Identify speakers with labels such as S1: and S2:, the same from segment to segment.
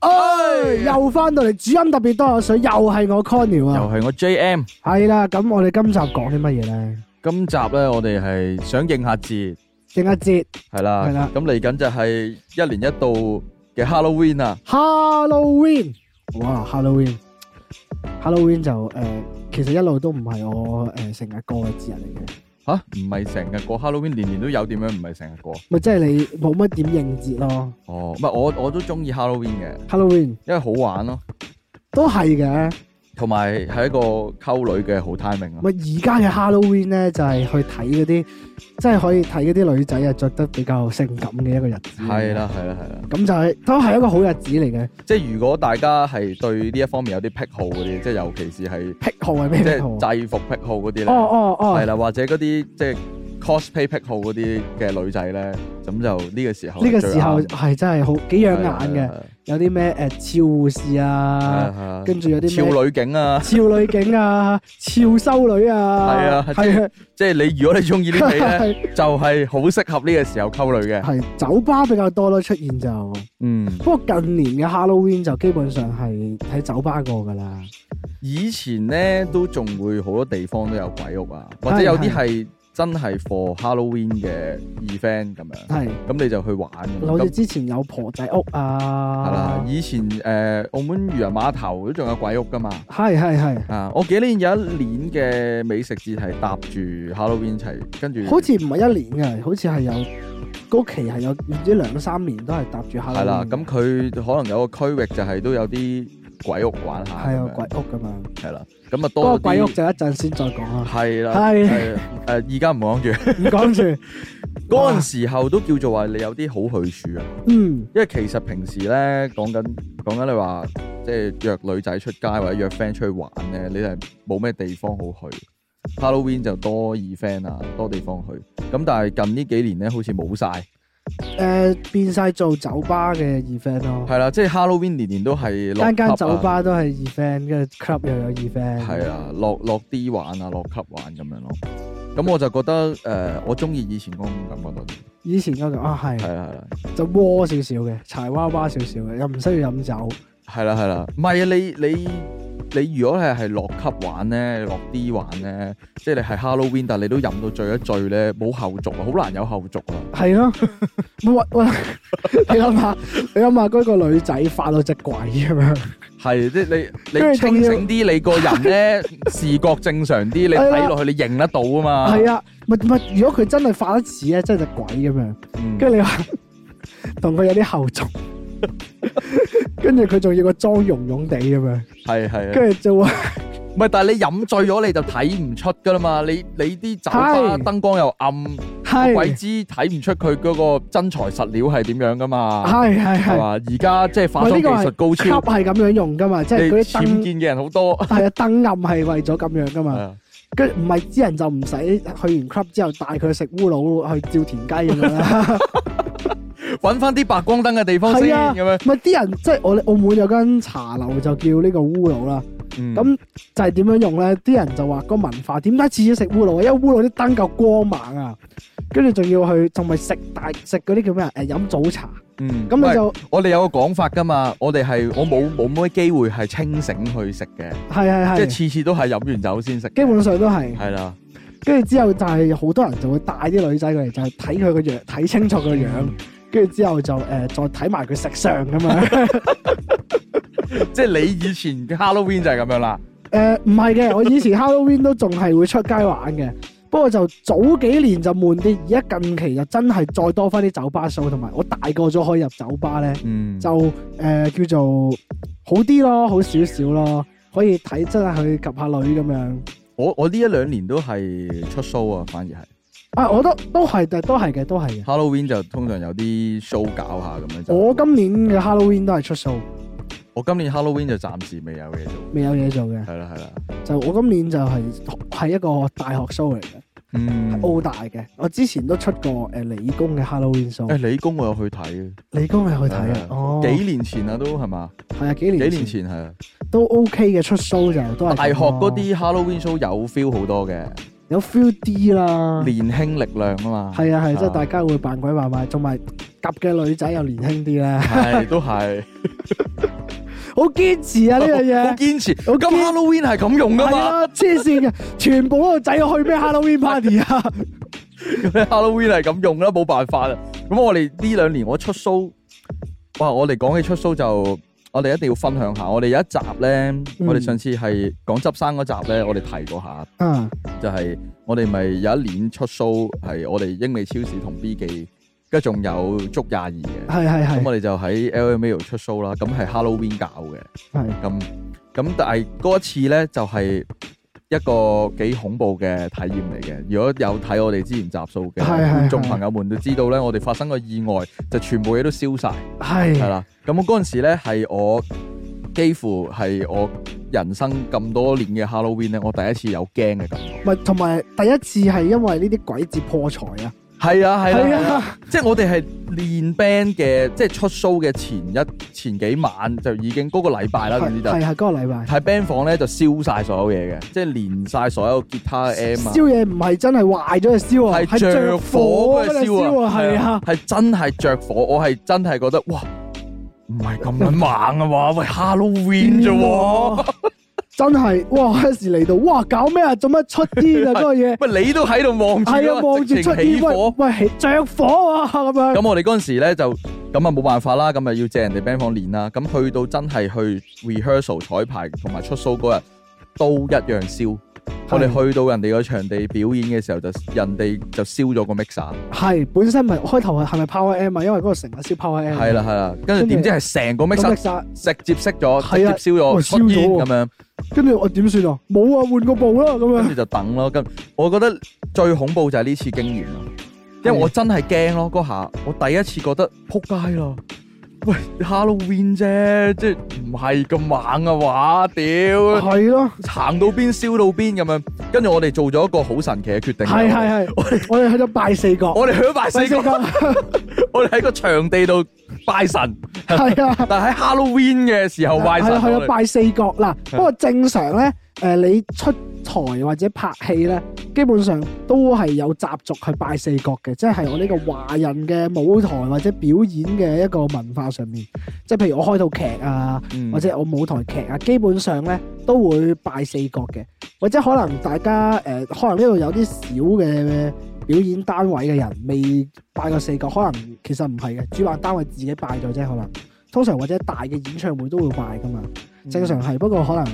S1: 唉，又翻到嚟主音特別多口水，又係我 Conny
S2: 又
S1: 啊，
S2: 係我 JM。
S1: 係啦，咁我哋今集講啲乜嘢咧？
S2: 今集咧，我哋係想應下節，
S1: 正一節
S2: 係啦。
S1: 係啦
S2: 咁嚟緊就係一年一度嘅 Halloween à? 啊，
S1: Halloween，哇，Halloween，Halloween 就誒、呃其實一路都唔係我誒成日過嘅節日嚟嘅，
S2: 吓唔係成日過 Halloween，年年都有，點樣唔係成日過？
S1: 咪即係你冇乜點應節咯。
S2: 哦，唔係我我都中意 Halloween à? 嘅，
S1: Halloween
S2: 因為好玩咯，
S1: 都係嘅，
S2: 同埋係一個溝女嘅好 timing 啊。
S1: 咪而家嘅 Halloween 咧就係、去睇嗰啲，即係可以睇嗰啲女仔啊着得比較性感嘅一個日子。
S2: 係，啦，係啦，係啦。
S1: 咁就係、都係一個好日子嚟嘅。
S2: 即係如果大家係對呢一方面有啲癖好嗰啲，即係尤其是係
S1: 癖好係咩
S2: 即
S1: 癖好啊？
S2: 係制服癖好嗰啲咧。
S1: 哦哦哦，
S2: 係啦，或者嗰啲即係 cosplay 癖好嗰啲嘅女仔咧，咁就呢個時候
S1: 呢個
S2: 係啊最
S1: 時候
S2: 啱
S1: 係真係好幾養眼嘅，，有啲咩誒超護士啊，
S2: 嘅
S1: 跟住有啲咩
S2: 超女警啊，
S1: 超女警啊、超修女啊，
S2: 係啊
S1: 係啊，
S2: 即係啊你如果你中意呢啲戲 咧，
S1: 係
S2: 就係好適合呢個時候溝女嘅。
S1: 係酒吧比較多咯出現就，
S2: 嗯，
S1: 不過近年嘅 Halloween 就基本上係喺酒吧過㗎啦，
S2: 以前咧都仲會好多地方都有鬼屋啊，或者
S1: 係
S2: 有啲
S1: 係
S2: 係真係 for Halloween 嘅 event 咁樣，
S1: 係
S2: 咁你就去玩咁
S1: 好
S2: 咁
S1: 似之前有婆仔屋
S2: 係啦
S1: 啊，，
S2: 以前誒澳門漁人碼頭都仲有鬼屋噶嘛。
S1: 係係係，
S2: 啊！我記得有一年嘅美食節係搭住 Halloween 一齊，跟住
S1: 好似唔係一年嘅，好似係有嗰期係有唔知兩三年都係搭啊住 Halloween
S2: 係啦。
S1: 嘅
S2: 咁佢可能有個區域就係都有啲鬼屋玩下咁
S1: 係
S2: 樣，
S1: 有鬼屋㗎嘛。
S2: 係啦。咁啊
S1: 嗰個
S2: 多
S1: 鬼屋
S2: 啲
S1: 就一陣先再講啦，
S2: 係啦，
S1: 係
S2: 係啊誒而家唔講住。
S1: 唔講住。
S2: 嗰陣時候都叫做話你有啲好去處啊，
S1: 嗯，
S2: 因為其實平時咧講緊講緊你話即係約女仔出街或者約 friend 出去玩咧，你係冇咩地方好去。Halloween 就多 event 啊，多地方去。咁但係近呢幾年咧，好似冇晒。
S1: 誒、變晒做酒吧嘅 event 咯，
S2: 係啦，即係 Halloween 年年都係落
S1: 嗯間間
S2: club 啊
S1: 酒吧都係 event，跟住 club 又有 event。
S2: 係啊，落落啲玩啊，落級玩咁樣咯。咁我就覺得誒、呃我中意以前嗰種感覺多啲。
S1: 以前嗰、個啊係
S2: 係啦係啦
S1: 就窩少少嘅，柴娃娃少少嘅，又唔需要飲酒。
S2: 係啦係啦，唔係啊！你你你如果係係落級玩咧，落啲玩咧，即係你係 Halloween，但係你都飲到醉一醉咧，冇後續啊，好難有後續啊。
S1: 係咯， 喂喂， 你諗下，你諗下嗰個女仔發到只鬼咁樣，
S2: 係即係你
S1: 因為
S2: 你
S1: 仲要
S2: 清醒啲，你個人 咧視覺正常啲，你
S1: 係啦
S2: 睇落去你認得到啊嘛。
S1: 係啊，咪咪如果佢真係發得似咧，真係隻鬼咁樣，
S2: 嗯，
S1: 跟住你話同佢有啲後續，跟住佢仲要個妝融融地咁樣。
S2: 係係啊。
S1: 跟住就話
S2: 唔係，但係你飲醉咗你就睇唔出噶啦嘛，你你啲酒吧
S1: 係
S2: 燈光又暗，個鬼
S1: 係
S2: 知睇唔出佢嗰個真材實料係點樣噶嘛，
S1: 係係
S2: 啊係
S1: 係
S2: 嘛？而家即係化妝技術高
S1: 級
S2: 超，
S1: 係咁樣用噶嘛，即係
S2: 你
S1: 嗰啲
S2: 僭
S1: 燈
S2: 建嘅人好多，
S1: 係啊燈暗係為咗咁樣噶
S2: 係
S1: 嘛，
S2: 啊
S1: 跟住唔係啲人就唔使去完 club 之後帶佢去食烏魯去照田雞咁樣啦，
S2: 揾翻啲白光燈嘅地方先
S1: 係啊
S2: 咁樣。
S1: 唔係啲人即係我哋澳門有間茶樓就叫呢個烏魯啦，
S2: 咁
S1: 咁就係點樣用咧？啲人就話個文化點解次次食烏魯啊？因為烏魯啲燈夠光猛啊，跟住仲要去仲咪食大食嗰啲叫咩啊？誒飲早茶，
S2: 嗯，
S1: 咁你
S2: 喂
S1: 就
S2: 我哋有個講法噶嘛，我哋係我冇冇咩機會係清醒去食嘅，
S1: 係係
S2: 即係
S1: 係，
S2: 次次都係飲完酒先食嘅。
S1: 基本上都係。
S2: 係啦，
S1: 跟住之後就係好多人就會帶啲女仔過嚟，就係睇佢個
S2: 嗯
S1: 樣，睇清楚個樣，跟住之後就誒、呃再睇埋佢食相咁樣。
S2: 即係你以前嘅 Halloween 就係咁樣啦。
S1: 誒唔係嘅，我以前 Halloween 都仲係會出街玩嘅，不過就早幾年就悶啲，而家近期就真係再多翻啲酒吧數，同埋我大個咗可以入酒吧咧，
S2: 嗯，
S1: 就誒、呃叫做好啲咯，好少少咯，可以睇真係去及下女咁樣。
S2: 我我呢一兩年都係出 show 啊，反而係
S1: 啊，我都都係，但都係嘅，都係嘅。
S2: Halloween 就通常有啲 show 搞下咁樣就。
S1: 我今年嘅 Halloween 都係出數，
S2: 我今年 Halloween 就暫時未有嘢做，
S1: 未有嘢做嘅。
S2: 係啦係啦，
S1: 就我今年就係、係一個大學 show 嚟嘅，
S2: 嗯
S1: 係。澳大嘅。我之前都出過誒、呃理工嘅 Halloween show，
S2: 誒理工我有去睇
S1: 理工係去
S2: 係
S1: 睇
S2: 啊
S1: 嘅。哦，
S2: 嘅，幾年前啊都係嘛？
S1: 係啊，幾
S2: 幾
S1: 年
S2: 年前係啊，
S1: 都 OK 嘅出 show 就都係咁咯啊
S2: 大學嗰啲 Halloween show 有 feel 好多嘅，
S1: 有 feel 啲啦。
S2: 年輕力量啊嘛，
S1: 係啊係，即係
S2: 啊
S1: 大家會扮鬼扮馬，同埋夾嘅女仔又年輕啲啦。
S2: 係都係
S1: 好堅持啊呢樣
S2: 好
S1: 嘢。
S2: 堅持。
S1: 好
S2: 咁
S1: 堅
S2: Halloween 係咁用噶
S1: 係
S2: 嘛
S1: 啊，黐線嘅，全部嗰個仔去咩 Halloween party 啊？
S2: ？Halloween 係咁用啦，冇辦法啦。咁我哋呢兩年我出 show，哇！我哋講起出 show 就，我哋一定要分享下。我哋有一集咧，我哋上次係講執生嗰集咧，我哋提過下，
S1: 啊，
S2: 就係我哋咪有一年出 show 係我哋英美超市同 B 記，跟住仲有捉廿二嘅。
S1: 係係
S2: 咁啊
S1: 係
S2: 我哋就喺 LML 出 show 啦，咁係 Halloween 搞嘅，
S1: 係
S2: 咁咁但係嗰一次咧就係、一個幾恐怖嘅體驗嚟嘅。如果有睇我哋之前集數嘅
S1: 係係
S2: 觀眾
S1: 係
S2: 朋友們都知道咧，我哋發生個意外，就全部嘢都燒晒，係
S1: 係
S2: 啦。咁我嗰陣時咧係我幾乎係我人生咁多年嘅 Halloween 咧，我第一次有驚嘅感覺。
S1: 咪同埋第一次係因為呢啲鬼節破財啊，
S2: 係啊係啊
S1: 係
S2: 係啊！
S1: 啊，
S2: 即係我哋係練 band 嘅，即係出 show 嘅前一前幾晚就已經嗰、個禮拜啦，總之
S1: 係
S2: 就。
S1: 係係嗰個禮拜。
S2: 喺 band 房咧就燒晒所有嘢嘅，即係連晒所有吉他 M 啊，
S1: 燒嘢唔係真係壞咗去燒啊，
S2: 係
S1: 係
S2: 着
S1: 着
S2: 火
S1: 火
S2: 嗰
S1: 嗰
S2: 陣
S1: 陣
S2: 燒
S1: 燒
S2: 啊，
S1: 啊，係啊，
S2: 係真係着火，我係真係覺得哇，唔係咁撚猛啊嘛，喂 Halloween 啫喎，
S1: 嗯真係哇！嗰時嚟到，哇搞咩啊？做乜出 煙啊？嗰個嘢
S2: 喂你都喺度望住
S1: 係啊，
S2: 啦，
S1: 望住
S2: 直情
S1: 出
S2: 起
S1: 煙，
S2: 火
S1: 喂。喂，係着火啊咁樣，
S2: 咁我哋嗰陣時咧就咁啊冇辦法啦，咁啊要借人哋 band 房練啦。咁去到真係去 rehearsal 彩排同埋出 show 嗰日都一樣燒。我哋去到人哋個場地表演嘅時候，就人哋就燒咗個 mixer，
S1: 係本身咪開頭係係咪 Power M 啊？因為嗰個成日燒 Power M，啊
S2: 係啦係啦，跟住點知係成個
S1: 嗯咁
S2: mixer
S1: 逼殺，
S2: 直接熄咗，直
S1: 係
S2: 接
S1: 啊
S2: 燒咗
S1: 哇
S2: 出
S1: 燒咗
S2: 煙
S1: 喎
S2: 咁樣，
S1: 跟住我點算啊？冇啊，換個部啦咁
S2: 跟
S1: 樣，
S2: 住就等咯。跟我覺得最恐怖就係呢次經驗啦，因為我真係驚咯嗰下，我第一次覺得撲街啦。喂，Halloween 啫，即係唔係咁猛嘅話，屌！
S1: 係咯，
S2: 行到邊燒到邊咁樣，跟住我哋做咗一個好神奇嘅決定。啊
S1: 係係係，我哋去咗拜四角，
S2: 我哋去咗拜
S1: 拜
S2: 四
S1: 四
S2: 角，
S1: 角，
S2: 我哋喺個場地度拜神，
S1: 係啊。
S2: 但係喺 Halloween 嘅時候拜神
S1: 係啊，係
S2: 我
S1: 啊，
S2: 哋。
S1: 拜四角嗱。
S2: 嗯
S1: 不過正常咧，誒你出台或者拍戲咧，基本上都係有習俗去拜四角嘅，即係我呢個華人嘅舞台或者表演嘅一個文化上面，即係譬如我開套劇啊，
S2: 嗯
S1: 或者我舞台劇啊，基本上咧都會拜四角嘅，或者可能大家誒、呃可能呢度有啲小嘅。呃表演單位嘅人未拜過四角，可能其實唔係嘅，主辦單位自己拜咗啫，可能。通常或者大嘅演唱會都會拜噶嘛，
S2: 嗯
S1: 正常係，不過可能誒、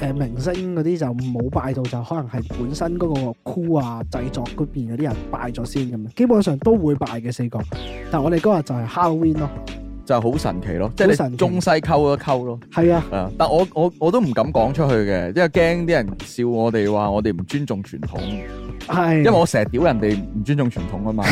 S1: 呃明星嗰啲就冇拜到，就可能係本身嗰個箍啊製作嗰邊嗰啲人拜咗先咁樣，基本上都會拜嘅四個，但我哋嗰日就係 Halloween 咯，
S2: 就係好神奇咯，即係
S1: 好
S2: 你
S1: 神奇
S2: 中西溝一溝咯。
S1: 係啊，
S2: 係啊，但我我我都唔敢講出去嘅，因為驚啲人笑我哋話我哋唔尊重傳統，
S1: 係，
S2: 因為我成日屌人哋唔尊重傳統啊 嘛。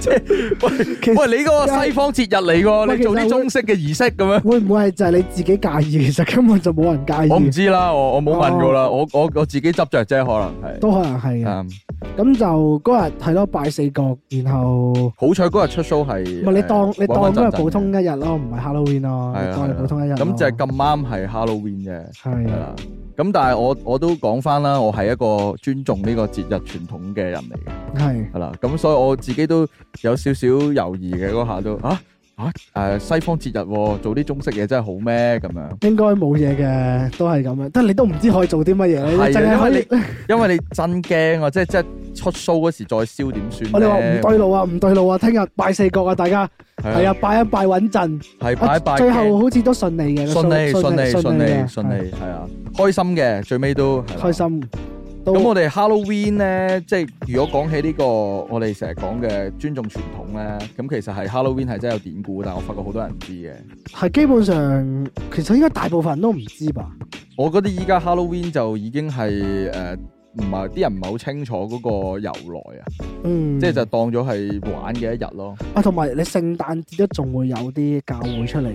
S2: 即係
S1: 其實
S2: 喂喂，你嗰個西方節日嚟喎，
S1: 喂
S2: 你做啲
S1: 其實會
S2: 中式嘅儀式咁樣。
S1: 會唔會係就係你自己介意，其實根本就冇人介
S2: 我唔
S1: 意，
S2: 知啦，我我冇問過啦，
S1: 哦
S2: 我我我自己執着啫，可能係。
S1: 都可能係嘅，
S2: 嗯，
S1: 咁就嗰日係咯拜四個，然後。
S2: 好彩嗰日出 show 係。
S1: 唔係你當
S2: 誒
S1: 你當
S2: 穩穩
S1: 嗰
S2: 陣陣
S1: 日普通一日咯，唔係 Halloween 咯，
S2: 係啊
S1: 你當
S2: 係
S1: 係
S2: 啊
S1: 普通一日咯。嗯
S2: 嘅，咁就係咁啱係 Halloween 啫。
S1: 係
S2: 係啦。咁但係我我都講翻啦，我係一個尊重呢個節日傳統嘅人嚟嘅，
S1: 係
S2: 係啦。咁所以我自己都有少少猶豫嘅嗰下都啊啊誒、西方節日、喎，做啲中式嘢真係好咩咁樣？
S1: 應該冇嘢嘅，都係咁樣。但係你都唔知可以做啲乜嘢，
S2: 係啊
S1: 你淨係可
S2: 因為
S1: 以。
S2: 因為你真驚啊，即係即係出 show 嗰時再燒點算
S1: 我哋話唔
S2: 咧
S1: 對路啊，唔對路啊！聽日拜四角啊，大家係
S2: 係
S1: 啊
S2: 啊，，
S1: 拜一拜穩陣。啊
S2: 係拜一拜
S1: 最
S2: 嘅
S1: 後好似都順利嘅，
S2: 順利順利順利
S1: 嘅
S2: 順，利係啊，開心嘅最尾都係
S1: 係
S2: 啦
S1: 開心。都
S2: 咁我哋 Halloween 咧，即係如果講起呢個我哋成日講嘅尊重傳統咧，咁其實係 Halloween 係真係有典故，但係我發覺好多人唔知嘅。
S1: 係基本上，其實應該大部分人都唔知吧。
S2: 我覺得依家 Halloween 就已經係誒唔係啲人唔係好清楚嗰個由來啊，
S1: 嗯，
S2: 即係就當咗係玩嘅一日咯。
S1: 啊，同埋你聖誕節都仲會有啲教會出嚟，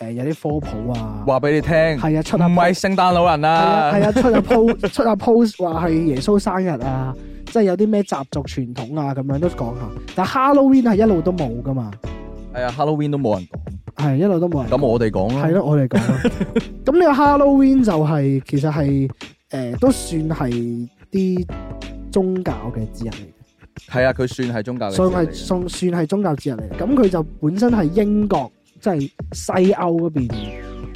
S1: 誒有啲科普啊，
S2: 話俾你聽，唔
S1: 係啊，出下
S2: 係聖誕老人
S1: 係啊，
S2: 啊
S1: 係，啊，出下 post 出下 post 話係耶穌生日啊，即係有啲咩習俗傳統啊咁樣都講下。但 Halloween 係一路都冇噶嘛，
S2: 係啊，Halloween 都冇人講，
S1: 係一路都冇人。
S2: 咁我哋講
S1: 係
S2: 啦。
S1: 咯，我哋講啦。 咁呢個 Halloween 就係、其實係誒、呃都算係啲宗教嘅節日嚟
S2: 係啊，佢算係宗教
S1: 嘅，
S2: 嘅
S1: 所以
S2: 節日嚟
S1: 係
S2: 嘅，
S1: 算算係宗教節日嚟嘅。咁佢就本身係英國即係西歐嗰邊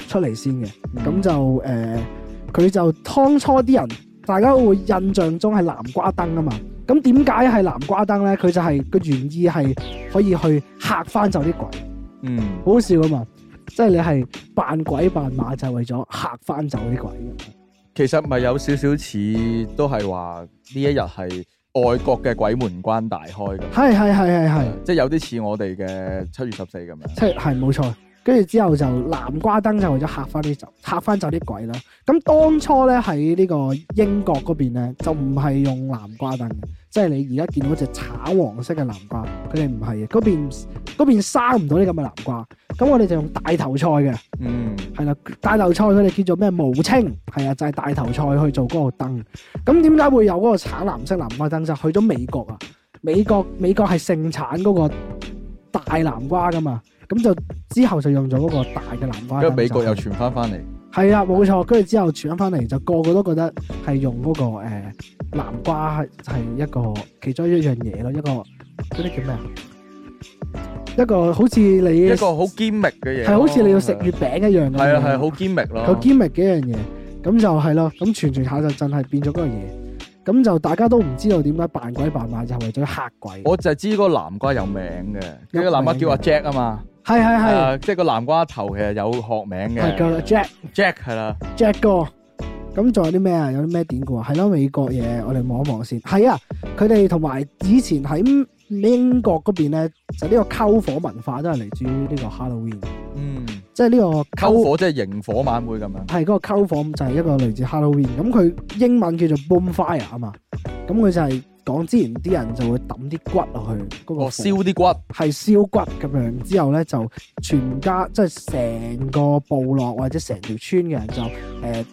S1: 出嚟先嘅。
S2: 嗯
S1: 咁就誒，呃佢、就當初啲人大家會印象中係南瓜燈啊嘛。咁點解係南瓜燈咧？佢就係、個原意係可以去嚇翻走啲鬼，
S2: 嗯
S1: 好好笑啊嘛！即係你係扮鬼扮馬就係為咗嚇翻走啲鬼咁樣。
S2: 其實咪有少少似，都係話呢一日係外國嘅鬼門關大開咁，
S1: 係係係係係，
S2: 即係有啲似我哋嘅七月十四咁樣。
S1: 即係係冇錯。跟住之後就南瓜燈就為咗嚇翻啲走嚇翻走啲鬼啦。咁當初咧喺呢個英國嗰邊咧就唔係用南瓜燈嘅，即係你而家見到只橙黃色嘅南瓜，佢哋唔係嘅。嗰邊嗰邊生唔到呢咁嘅南瓜，咁我哋就用大頭菜嘅。
S2: 嗯
S1: 係啦，大頭菜佢哋叫做咩毛青，係啊，就係、大頭菜去做嗰個燈。咁點解會有嗰個橙藍色南瓜燈？就去咗美國啊！美國美國係盛產嗰個大南瓜噶嘛，咁就之後就用咗嗰個大嘅南瓜燈。
S2: 跟住美國又
S1: 就
S2: 傳翻翻嚟，
S1: 係啦，冇錯。跟住之後傳翻嚟，就個個都覺得係用嗰、個、呃、南瓜係一個其中一樣嘢咯，一個嗰啲叫咩啊？一個好似你
S2: 一個好堅密嘅嘢咯。
S1: 係好似你要食月餅一樣咁樣。
S2: 係啊，係啊好堅密咯。
S1: 佢 gimmick 幾樣嘢，咁就係咯，咁傳傳下就真係變咗嗰樣嘢，咁就大家都唔知道點解扮鬼扮馬就係為咗嚇鬼，
S2: 我就係知個南瓜有名嘅，
S1: 有
S2: 佢個南瓜
S1: 名
S2: 叫阿
S1: 嘅
S2: Jack 啊嘛，
S1: 係係
S2: 係
S1: 係
S2: 啊，即係個南瓜頭其實有學名
S1: 係夠啦
S2: 嘅
S1: ，Jack
S2: ，Jack 係啦，
S1: Jack 哥，咁仲有啲咩啊？有啲咩典故啊？係咯，美國嘢我哋望一望先，係啊，佢哋同埋以前喺英國嗰邊咧，就呢個篝火文化都係嚟自於呢個 Halloween，
S2: 嗯，
S1: 即係呢個
S2: 篝火即係營火晚會咁樣，
S1: 係嗰個 cult form 就係一個類似 Halloween，咁佢英文叫做 bonfire 啊嘛，咁佢就係講之前啲人就會抌啲骨落去嗰、個
S2: 哦，
S1: 火
S2: 燒啲骨，
S1: 係燒骨咁樣，之後咧就全家即係成個部落或者成條村嘅人就誒、呃、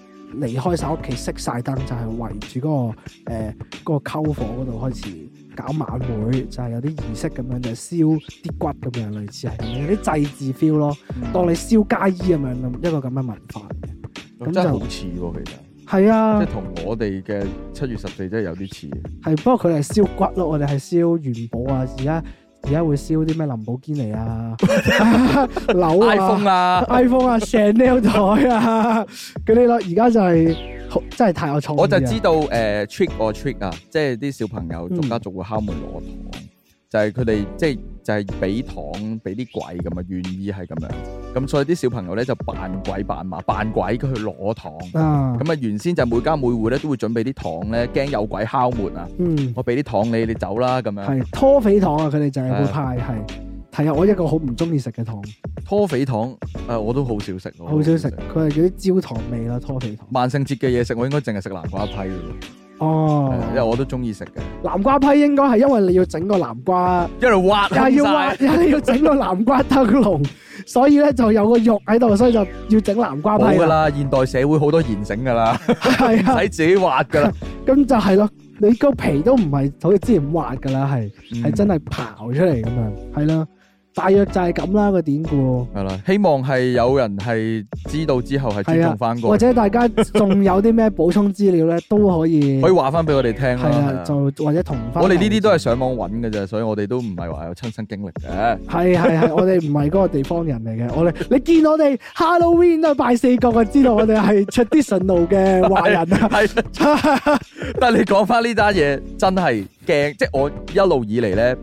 S1: 離開晒屋企，熄晒燈，就係圍住嗰、個誒嗰、個篝火嗰度開始搞晚會，就係、有啲儀式咁樣，就係燒啲骨咁樣，類似係咁樣有啲祭祀 feel 咯，嗯當你燒家衣咁樣咁一個咁嘅文化嚟嘅。
S2: 嗯
S1: 咁
S2: 真係好
S1: 就
S2: 似喎，其實。
S1: 係啊，
S2: 即係同我哋嘅七月十四真係有啲似，
S1: 係，不過佢哋係燒骨咯，我哋係燒元寶啊，而家而家會燒啲咩林寶堅 尼啊、樓啊、
S2: iPhone 啊，
S1: iPhone 啊、Chanel 袋啊嗰啲咯，而家就係好真係太有創意啊嗯
S2: 我就知道誒、呃 trick or trick 啊，即係啲小朋友逐家逐户敲門攞糖，就係佢哋即係就係俾糖俾啲鬼咁啊，願意係咁樣，咁所以啲小朋友咧就扮鬼扮馬，扮鬼佢去攞糖，
S1: 啊，
S2: 咁啊原先就每家每户咧都會準備啲糖咧，驚有鬼敲門啊，
S1: 嗯，
S2: 我俾啲糖你，你走啦咁樣，
S1: 係拖肥糖啊，佢哋就係會派係。係啊，我一個好唔中意食嘅糖，
S2: 拖肥糖誒、呃我都好少食，我
S1: 好少食，佢係嗰啲焦糖味啦，拖肥糖。
S2: 萬聖節嘅嘢食我應該淨係食南瓜批嘅喎，係因為
S1: 哦，
S2: 我都中意食嘅。
S1: 南瓜批應該係因為你要整個南瓜。
S2: 一路挖
S1: 又係要挖，又係要整個南瓜燈籠， 所以咧就有個肉喺度，所以就要整南瓜批
S2: 冇噶
S1: 啦。
S2: 啦，現代社會好多現成噶啦，
S1: 係
S2: 唔
S1: 啊，
S2: 使自己挖噶啦，
S1: 咁就係咯。你個皮都唔係好似之前挖噶啦，係係真
S2: 係
S1: 係刨出嚟咁樣，係啦。大約就係咁啦個典故，
S2: 係啦。希望係有人係知道之後係尊重翻
S1: 啊或
S2: 過，
S1: 者大家仲有啲咩補充資料咧，都可以
S2: 可以話翻俾我哋聽
S1: 係啊，
S2: 啦。係啊
S1: 就或者同翻
S2: 我哋呢啲都係上網揾嘅啫，所以我哋都唔係話有親身經歷嘅。
S1: 係 係係，我哋唔係嗰個地方人嚟嘅，我哋你見我哋 Halloween 都係拜四角嘅，知道我哋係 traditional 嘅華人啊。
S2: 係，但係你講翻呢單嘢真係驚，即係我一路以嚟咧，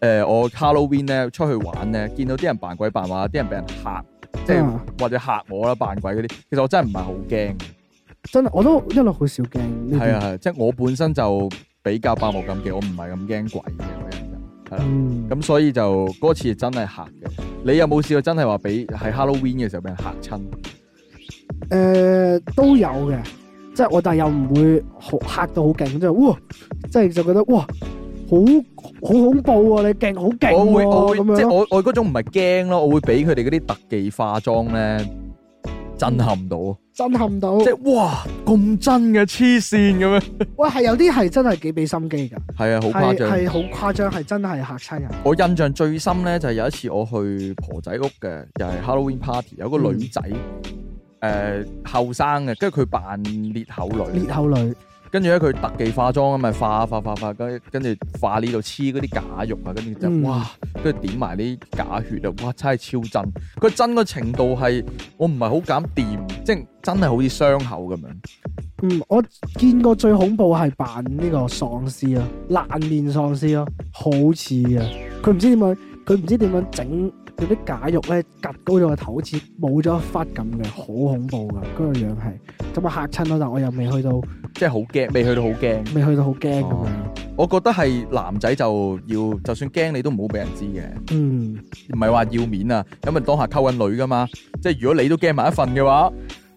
S2: 誒我 Halloween 咧出去玩咧，見到啲人扮鬼扮馬，啲人俾人嚇，即係
S1: 啊
S2: 或者嚇我啦，扮鬼嗰啲，其實我真係唔係好驚。
S1: 真係我都一路好少驚呢
S2: 係
S1: 啲
S2: 啊，係啊，即係我本身就比較百無禁忌，我唔係咁驚鬼嘅個人就係啦。
S1: 嗯，
S2: 咁所以就嗰次真係嚇嘅。你有冇試過真係話俾喺 Halloween 嘅時候俾人嚇親？
S1: 誒都有嘅，即係我但係又唔會好嚇到好勁，即係哇，即係就覺得哇，好好恐怖啊！你勁好勁
S2: 我會我
S1: 喎
S2: 會
S1: 咁樣
S2: 即係
S1: 咯，
S2: 我我嗰種唔係驚咯，我會俾佢哋嗰啲特技化妝咧震撼到，啊
S1: 震撼到。
S2: 即係哇咁真嘅黐線咁樣。
S1: 喂，係有啲係真係幾俾心機㗎，
S2: 係啊，好誇
S1: 係
S2: 張。
S1: 係好誇張，係真係嚇親人。
S2: 我印象最深咧就係、有一次我去婆仔屋嘅，又係 Halloween party，有個呃女仔誒後生嘅，跟住佢扮裂口女
S1: 裂。口女
S2: 跟住咧佢特技化妝啊嘛，化化化化，跟跟住化呢度黐嗰啲假肉啊，跟住就、
S1: 嗯
S2: 哇，跟住點埋啲假血啊，哇，真係超真！佢真個程度係我唔係好敢掂，即係真係好似傷口咁樣。
S1: 嗯，我見過最恐怖係扮呢個喪屍啊，爛面喪屍咯，好似啊，佢唔知點樣，佢唔知點樣整有啲假肉咧，趌高咗個頭，好似冇咗一忽咁嘅，好恐怖噶，嗰、個樣係，咁啊嚇親咯，但我又未去到，
S2: 即係好驚，未去到好驚。
S1: 未去到好驚咁樣，
S2: 我覺得係男仔就要，就算驚你都唔好俾人知嘅，
S1: 嗯，
S2: 唔係話要面啊。咁啊，當下溝緊女噶嘛。即係如果你都驚埋一份嘅話，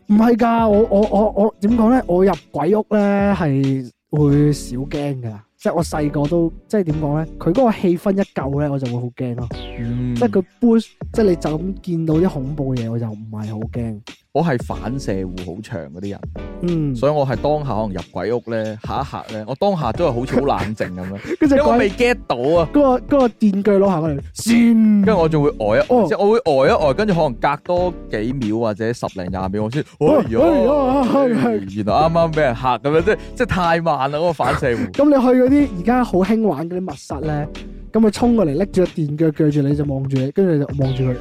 S1: 唔係㗎，我我我我點講咧？我入鬼屋咧係會少驚㗎，即係我細個都即係點講咧？佢嗰個氣氛一夠咧，我就會好驚咯。
S2: 嗯，
S1: 即係佢 boost，即係你就咁見到啲恐怖嘢，我就唔係好驚。
S2: 我係反射弧好長嗰啲人，
S1: 嗯，
S2: 所以我係當下可能入鬼屋咧，下一刻咧，我當下都係好似好冷靜咁 樣，
S1: 跟住
S2: 因為我
S1: 嗰
S2: 未 get 到啊。
S1: 嗰個嗰個電鋸佬行過嚟，先，
S2: 跟住我仲會呆一呆，
S1: 哦
S2: 即係我會呆一呆，跟住可能隔多幾秒或者十零廿秒，我先，哎
S1: 哦哎呀
S2: 呀，原來啱啱俾人嚇咁樣，即係即係太慢啦嗰個反射弧。
S1: 咁你去嗰啲而家好興玩嗰啲密室咧，咁佢衝過嚟拎住個電鋸鋸住你就望住你，跟住你就望住佢。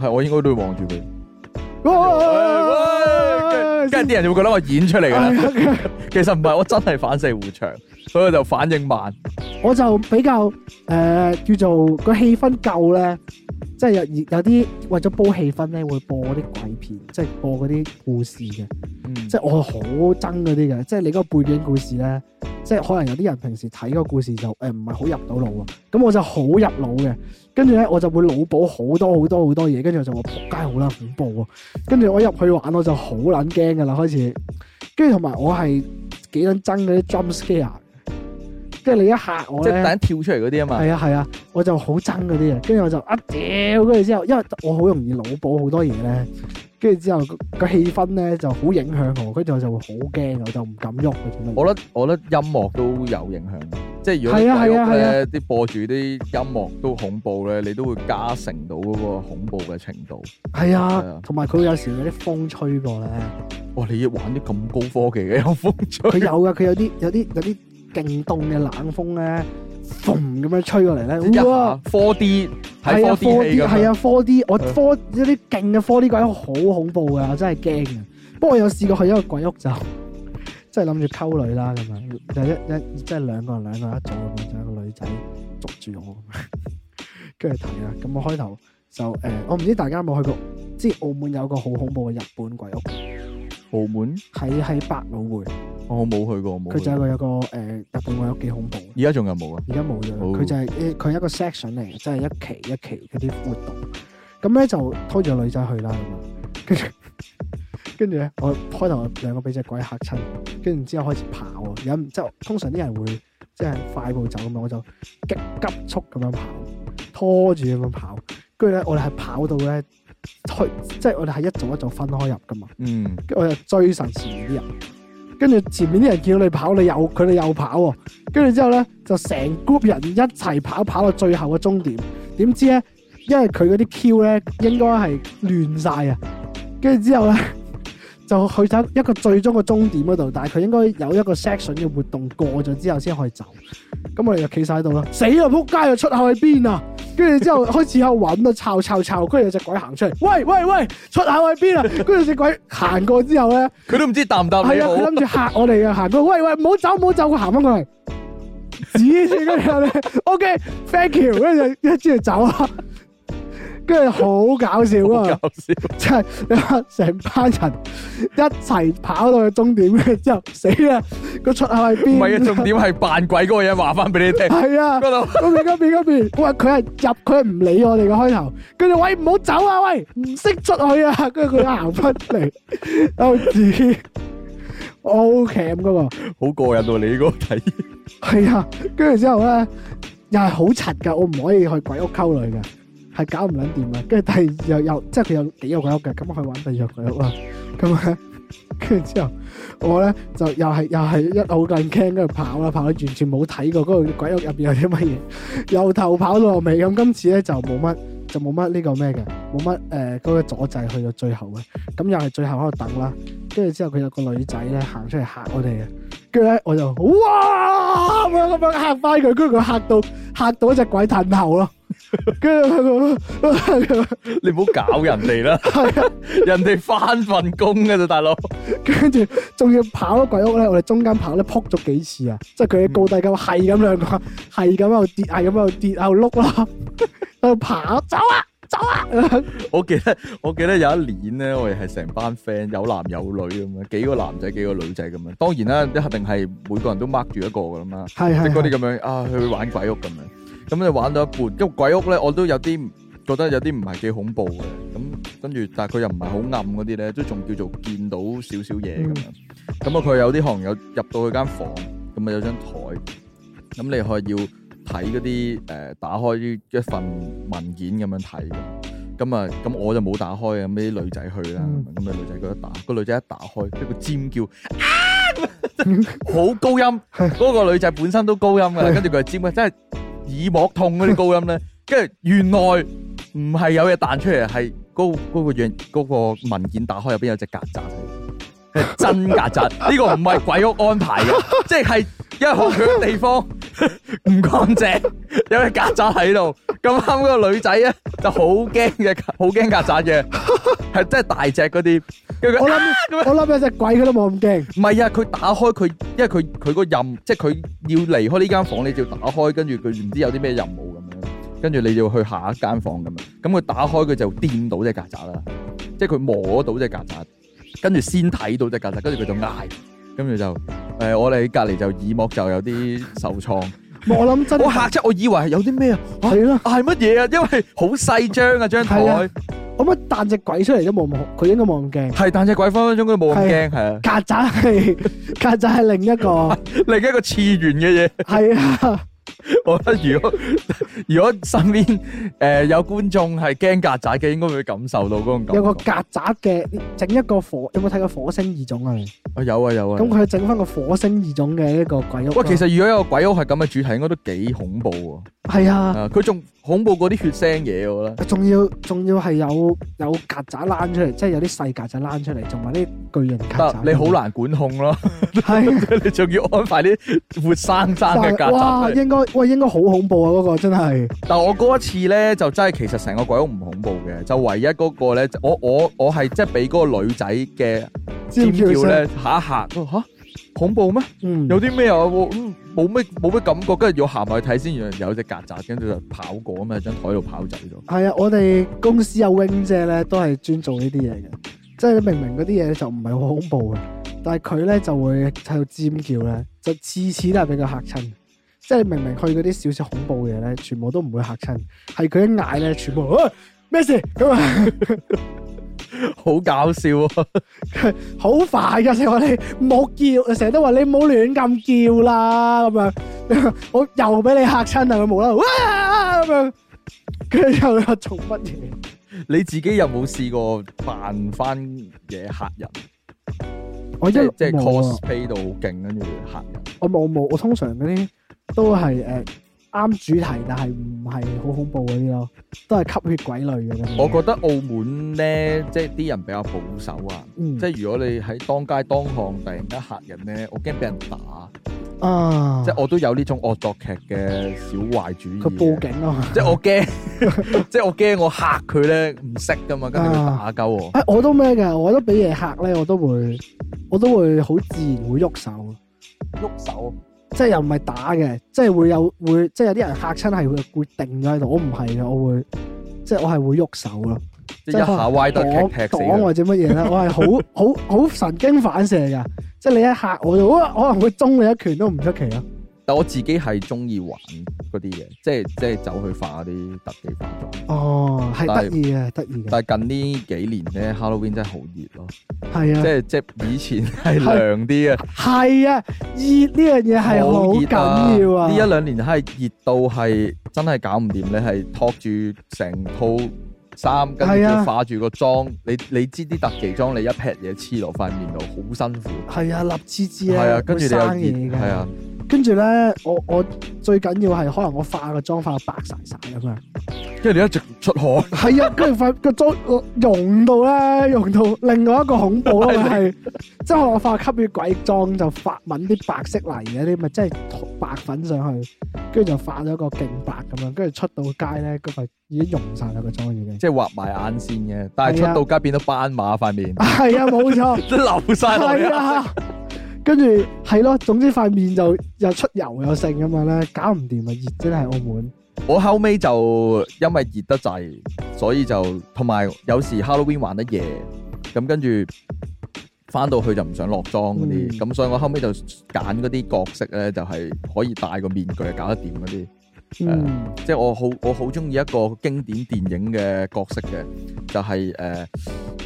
S2: 係，我應該都會望住佢。
S1: 哇
S2: 跟住啲人就會覺得我演出嚟㗎
S1: 哎
S2: 啦。其實唔係，我真係反射弧長，所以我就反應慢。
S1: 我就比較誒、呃叫做個氣氛夠咧，即係有有啲為咗煲氣氛咧，會播啲鬼片，即係播嗰啲故事嘅。即係我好憎嗰啲嘅，即係你嗰個背景故事咧，即係可能有啲人平時睇個故事就誒唔係好入到腦啊，咁我就好入腦嘅，跟住咧我就會腦補好多好多好多嘢，跟住我就話仆街好啦，恐怖啊！跟住我入去玩我就好撚驚噶啦開始，跟住同埋我係幾撚憎嗰啲 jump scare，嘅即係你一嚇我
S2: 即係突
S1: 咧，
S2: 然跳出嚟嗰啲啊嘛。
S1: 係啊係啊，我就好憎嗰啲啊，跟住我就啊屌，跟住之後因為我好容易腦補好多嘢咧。跟住之後個個氣氛咧就好影響我，跟住我就會好驚，我就唔敢喐嗰種類。
S2: 我覺得我覺得音樂都有影響，即係如果你
S1: 係啊
S2: 鬼
S1: 係啊
S2: 屋
S1: 係
S2: 咧，啲播住啲音樂都恐怖咧，你都會加成到嗰個恐怖嘅程度。
S1: 係
S2: 係
S1: 啊
S2: 啊，
S1: 同埋佢有時有啲風吹過咧，
S2: 哇！你要玩啲咁高科技嘅有風
S1: 佢
S2: 吹，
S1: 有噶，佢有啲有啲有啲勁凍嘅冷風 咧，嘭咁樣吹過嚟
S2: 一
S1: 咧，
S2: 下
S1: 哇！
S2: 4 D 睇
S1: 係啊
S2: 4 D 戲
S1: ，4D
S2: 咁
S1: 係
S2: 樣。
S1: 啊，4 D 我
S2: 嗯
S1: 4有啲勁嘅 4D 鬼屋好恐怖噶，我真係驚嘅。不過我有試過去一個鬼屋就即係諗住溝女啦咁樣，就一一即係兩個人兩個人一組咁樣，就有個女仔捉住我咁樣， 跟住睇啦。咁我開頭就誒、呃我唔知大家有冇去過，即係澳門有個好恐怖嘅日本鬼屋，
S2: 澳門哦
S1: 喺喺百老匯，
S2: 我冇去過，我冇
S1: 佢
S2: 去
S1: 就
S2: 過。
S1: 有個有個誒、呃日本鬼屋幾恐怖嘅。
S2: 而家仲有冇啊？
S1: 而家冇咗啦，
S2: 好
S1: 佢就係呃佢係一個 section 嚟嘅，即係一期一期嗰啲活動。咁咧就拖住個女仔去啦咁樣，跟住跟住咧，我開頭兩個俾只鬼嚇親，跟住之後開始跑啊，有即係通常啲人會即係快步走咁樣，我就急急速咁樣跑，拖住咁樣跑，跟住咧我哋係跑到咧推，即係我哋係一組一組分開入噶嘛。
S2: 嗯，
S1: 跟住我就追晒前面啲人，跟住前面啲人見到你跑，你又佢哋又跑喎，跟住之後咧就成 group 人一齊跑，跑到最後嘅終點。點知咧，因為佢嗰啲 Q 咧應該係亂晒啊，跟住之後咧就去咗一個最終嘅終點嗰度，但係佢應該有一個 section 嘅活動過咗之後先可以走。咁我哋就企晒喺度啦，死啦撲街啊！出口喺邊啊？跟住之後開始喺度揾啊，抄抄抄，跟住有隻鬼行出嚟，喂喂喂，出口喺邊啊？跟住隻鬼行過之後咧。
S2: 佢都唔知答唔答你
S1: 係啊，
S2: 好
S1: 佢。諗住嚇我哋啊，行過喂喂，唔好走唔好走，佢行翻過嚟，指住跟住咧，OK，thank you，跟住就一之就走啊，跟住好搞笑
S2: 好
S1: 啊，
S2: 搞笑。
S1: 即係你話成班人一齊跑到去終點，跟住之後死啦，個出口喺
S2: 唔
S1: 邊？
S2: 係啊，重點係扮鬼嗰個嘢話翻俾你聽。
S1: 係啊。
S2: 嗰度
S1: 嗰邊嗰邊嗰邊，哇！佢係入，佢係唔理我哋嘅開頭，跟住喂唔好走啊，喂唔識出去啊，跟住佢行出嚟， 有字好鉗嗰個。
S2: 好過癮喎！你嗰個睇
S1: 係啊，跟住之後咧，又係好柒噶，我唔可以去鬼屋溝女嘅，係搞唔撚掂嘅。跟住第二又又即係佢有幾個鬼屋嘅，咁我去玩第二個鬼屋啦。咁咧，跟住之後我咧就又係又係一路咁驚，跟住跑啦跑啦，完全冇睇過嗰個鬼屋入邊有啲乜嘢，由頭跑到落尾。咁今次咧就冇乜。就冇乜呢個咩嘅，冇乜誒嗰個阻滯去到最後嘅，咁又係最後喺度等啦，跟住之後佢有個女仔咧行出嚟嚇我哋嘅，跟住咧我就哇咁樣咁樣嚇翻佢，跟住佢嚇到嚇到一隻鬼褪後咯，跟住佢佢
S2: 你唔好搞人哋啦，
S1: 係啊，
S2: 人哋翻份工嘅啫，大佬。
S1: 跟住仲要跑咗鬼屋咧，我哋中間跑咧撲咗幾次啊，即係佢嘅高低咁係咁兩個，係咁喺度跌，係咁喺度跌，喺度碌啦，喺度跑走啊走啊咁樣，
S2: 我記得我記得有一年咧，我哋係成班 friend 有男有女咁樣，幾個男仔幾個女仔咁樣。當然啦，一定係每個人都 mark 住一個噶啦嘛，
S1: 係
S2: 即係
S1: 係
S2: 嗰啲咁
S1: 係
S2: 樣啊，去玩鬼屋咁樣。咁就玩到一半，因為鬼屋咧，我都有啲覺得有啲唔係幾恐怖嘅。咁跟住，但係佢又唔係好暗嗰啲咧，都仲叫做見到少少嘢咁樣。咁啊，佢有啲可能有入到佢間房，咁啊有張台，咁你可以要睇嗰啲誒打開一份文件咁樣睇嘅。咁啊，咁我就冇打開嘅，啊咁啲女仔去啦，
S1: 嗯
S2: 咁啊女仔佢一打，個女仔一打開，佢個尖叫。好高音，嗰個女仔本身都高音噶啦，跟住佢就尖嘅，真係耳膜痛嗰啲高音咧，跟住原來唔係有嘢彈出嚟，係嗰嗰個樣嗰個文件打開入邊有隻曱甴喺度，係真曱甴，呢個唔係鬼屋安排嘅，即係因為佢嘅地方 唔乾淨，有隻曱甴喺度，咁啱嗰個女仔咧就好驚嘅，好驚曱甴嘅，係真係大隻嗰啲，跟住佢
S1: 我諗
S2: 啊咁樣
S1: 我諗有隻鬼佢都冇咁驚，
S2: 唔係啊，佢打開佢，因為佢佢個任，即係佢要離開呢間房，你就要打開，跟住佢唔知有啲咩任務咁樣，跟住你就要去下一間房咁樣。咁佢打開佢就掂到只曱甴啦，即係佢摸到只曱甴，跟住先睇到只曱甴，跟住佢就嗌，跟住就誒、呃我哋隔離就耳膜就有啲受創，
S1: 我諗真
S2: 我嚇親，我以為係有啲咩啊，
S1: 係咯。
S2: 嗌乜嘢啊？因為好細張啊張
S1: 係
S2: 台
S1: 啊，我乜彈只鬼出嚟都冇冇，佢應該冇咁驚。
S2: 係但只鬼分分鐘佢冇咁驚，係啊，
S1: 曱甴係曱甴係另一個，
S2: 另一個次元嘅嘢。
S1: 係啊，
S2: 我覺得如果如果身邊誒、呃有觀眾係驚曱甴嘅，應該會感受到嗰種感覺。
S1: 有個曱甴嘅整一個火，有冇睇過火星異種啊？
S2: 啊有啊有啊。
S1: 咁佢整翻個火星異種嘅一個鬼屋。啊
S2: 喂，其實如果有個鬼屋係咁嘅主題，應該都幾恐怖喎。
S1: 係啊，
S2: 啊，佢仲恐怖過啲血腥嘢，我覺得。
S1: 仲要仲要係有有曱甴躝出嚟，即係有啲細曱甴躝出嚟，仲埋啲巨型曱
S2: 得
S1: 甴。
S2: 你好難管控咯，
S1: 係啊
S2: 你仲要安排啲活 生生嘅曱
S1: 哇，
S2: 甴出嚟。
S1: 應該喂應該好恐怖啊！嗰個真係
S2: 但我嗰一次咧，就真係其實成個鬼屋唔恐怖嘅，就唯一嗰個咧，我我我係即係俾嗰個女仔嘅尖叫
S1: 聲，
S2: 咧嚇一嚇，我話嚇恐怖咩？
S1: 嗯，
S2: 有啲咩啊？我嗯冇咩冇咩感覺，跟住要行埋去睇先，原來有隻曱甴，跟住就跑過咁喺張台度跑走咗。
S1: 係啊，我哋公司有 wing 姐咧，都係專做呢啲嘢嘅，即係明明嗰啲嘢就唔係好恐怖嘅，但係佢咧就會喺度尖叫咧，就次次都係俾佢嚇親。即係明明去嗰啲少少恐怖嘅嘢咧，全部都唔會嚇親，係佢一嗌咧，全部啊咩事咁啊，
S2: 好搞笑啊！
S1: 好快噶！成日話你冇叫，成日都話你唔好亂咁叫啦咁樣， 我又俾你嚇親啊！佢冇啦，哇咁樣，跟住又話做乜嘢？
S2: 你自己有冇試過扮翻嘢嚇人？
S1: 我一
S2: 即係即係
S1: 路冇啊
S2: cosplay 到好勁，跟住嚇人。
S1: 我冇冇，我通常嗰啲都係誒啱主題，但係唔係好恐怖嗰啲咯，都係吸血鬼類嘅咁樣。
S2: 我覺得澳門咧，即係啲人比較保守啊。
S1: 嗯
S2: 即係如果你喺當街當巷突然間嚇人咧，我驚俾人打。
S1: 啊，
S2: 即係我都有呢種惡作劇嘅小壞主義嘅。
S1: 佢報警啊嘛。
S2: 即係我驚， 即係我驚我嚇佢咧唔識噶
S1: 啊
S2: 嘛，跟住佢打鳩我。
S1: 誒，哎我都咩㗎？我都俾嘢嚇咧，我都會，我都會好自然會喐手，
S2: 喐手，
S1: 即係又唔係打嘅，即係會有會，即係有啲人嚇親係會會定咗喺度，我唔係嘅，我會即係我係會喐手咯，
S2: 即係一下歪得
S1: 擋
S2: 踢踢死
S1: 擋
S2: 佢。
S1: 或者乜嘢啦，我係好好好神經反射㗎，即係你一嚇我就哇可能會中你一拳都唔出奇咯。
S2: 但我自己係中意玩嗰啲嘢，即係即係走去化啲特技化妝。
S1: 哦，係
S2: 但係
S1: 得意嘅，得意嘅，啊
S2: 但係近呢幾年咧，Halloween 真係好熱咯，
S1: 係
S2: 即
S1: 啊，
S2: 係即係以前係涼啲嘅，
S1: 係啊，熱呢樣嘢係好緊要啊，
S2: 呢一兩年係熱到係真係搞唔掂，你係托住成套衫，跟住
S1: 係啊
S2: 要化住個妝，你你知啲特技妝，你一劈嘢黐落塊面度，好辛苦。
S1: 係啊，立枝枝
S2: 係
S1: 啊，
S2: 啊，跟住你
S1: 會生
S2: 又
S1: 嘢
S2: 熱，係啊
S1: 㗎，，跟住咧，我我最緊要係可能我化個妝化到白晒晒咁樣，
S2: 因為你一直出汗，
S1: 係啊，跟住塊個租溶到咧，溶到另外一個恐怖咯，係即係我化吸血鬼妝就發抿啲白色泥嘅啲，咪即係塗白粉上去，跟住就化咗個勁白咁樣，跟住出到街咧，嗰塊已經溶晒啦個妝已經。
S2: 即係畫埋眼線嘅，但係
S1: 係啊，
S2: 出到街變咗斑馬塊面
S1: 係啊，冇錯。
S2: 流晒落
S1: 係
S2: 嚟啊！
S1: 啊，跟住係咯，總之塊面就又出油又剩咁樣咧，搞唔掂啊！熱真係澳門，
S2: 我後尾就因為熱得滯，所以就同埋有時 Halloween 玩得夜，咁跟住翻到去就唔想落妝嗰啲，
S1: 嗯
S2: 咁、所以我後尾就揀嗰啲角色咧，就係、可以戴個面具搞得掂嗰啲。
S1: 嗯，
S2: 即係我好我好中意一個經典電影嘅角色嘅，就係、呃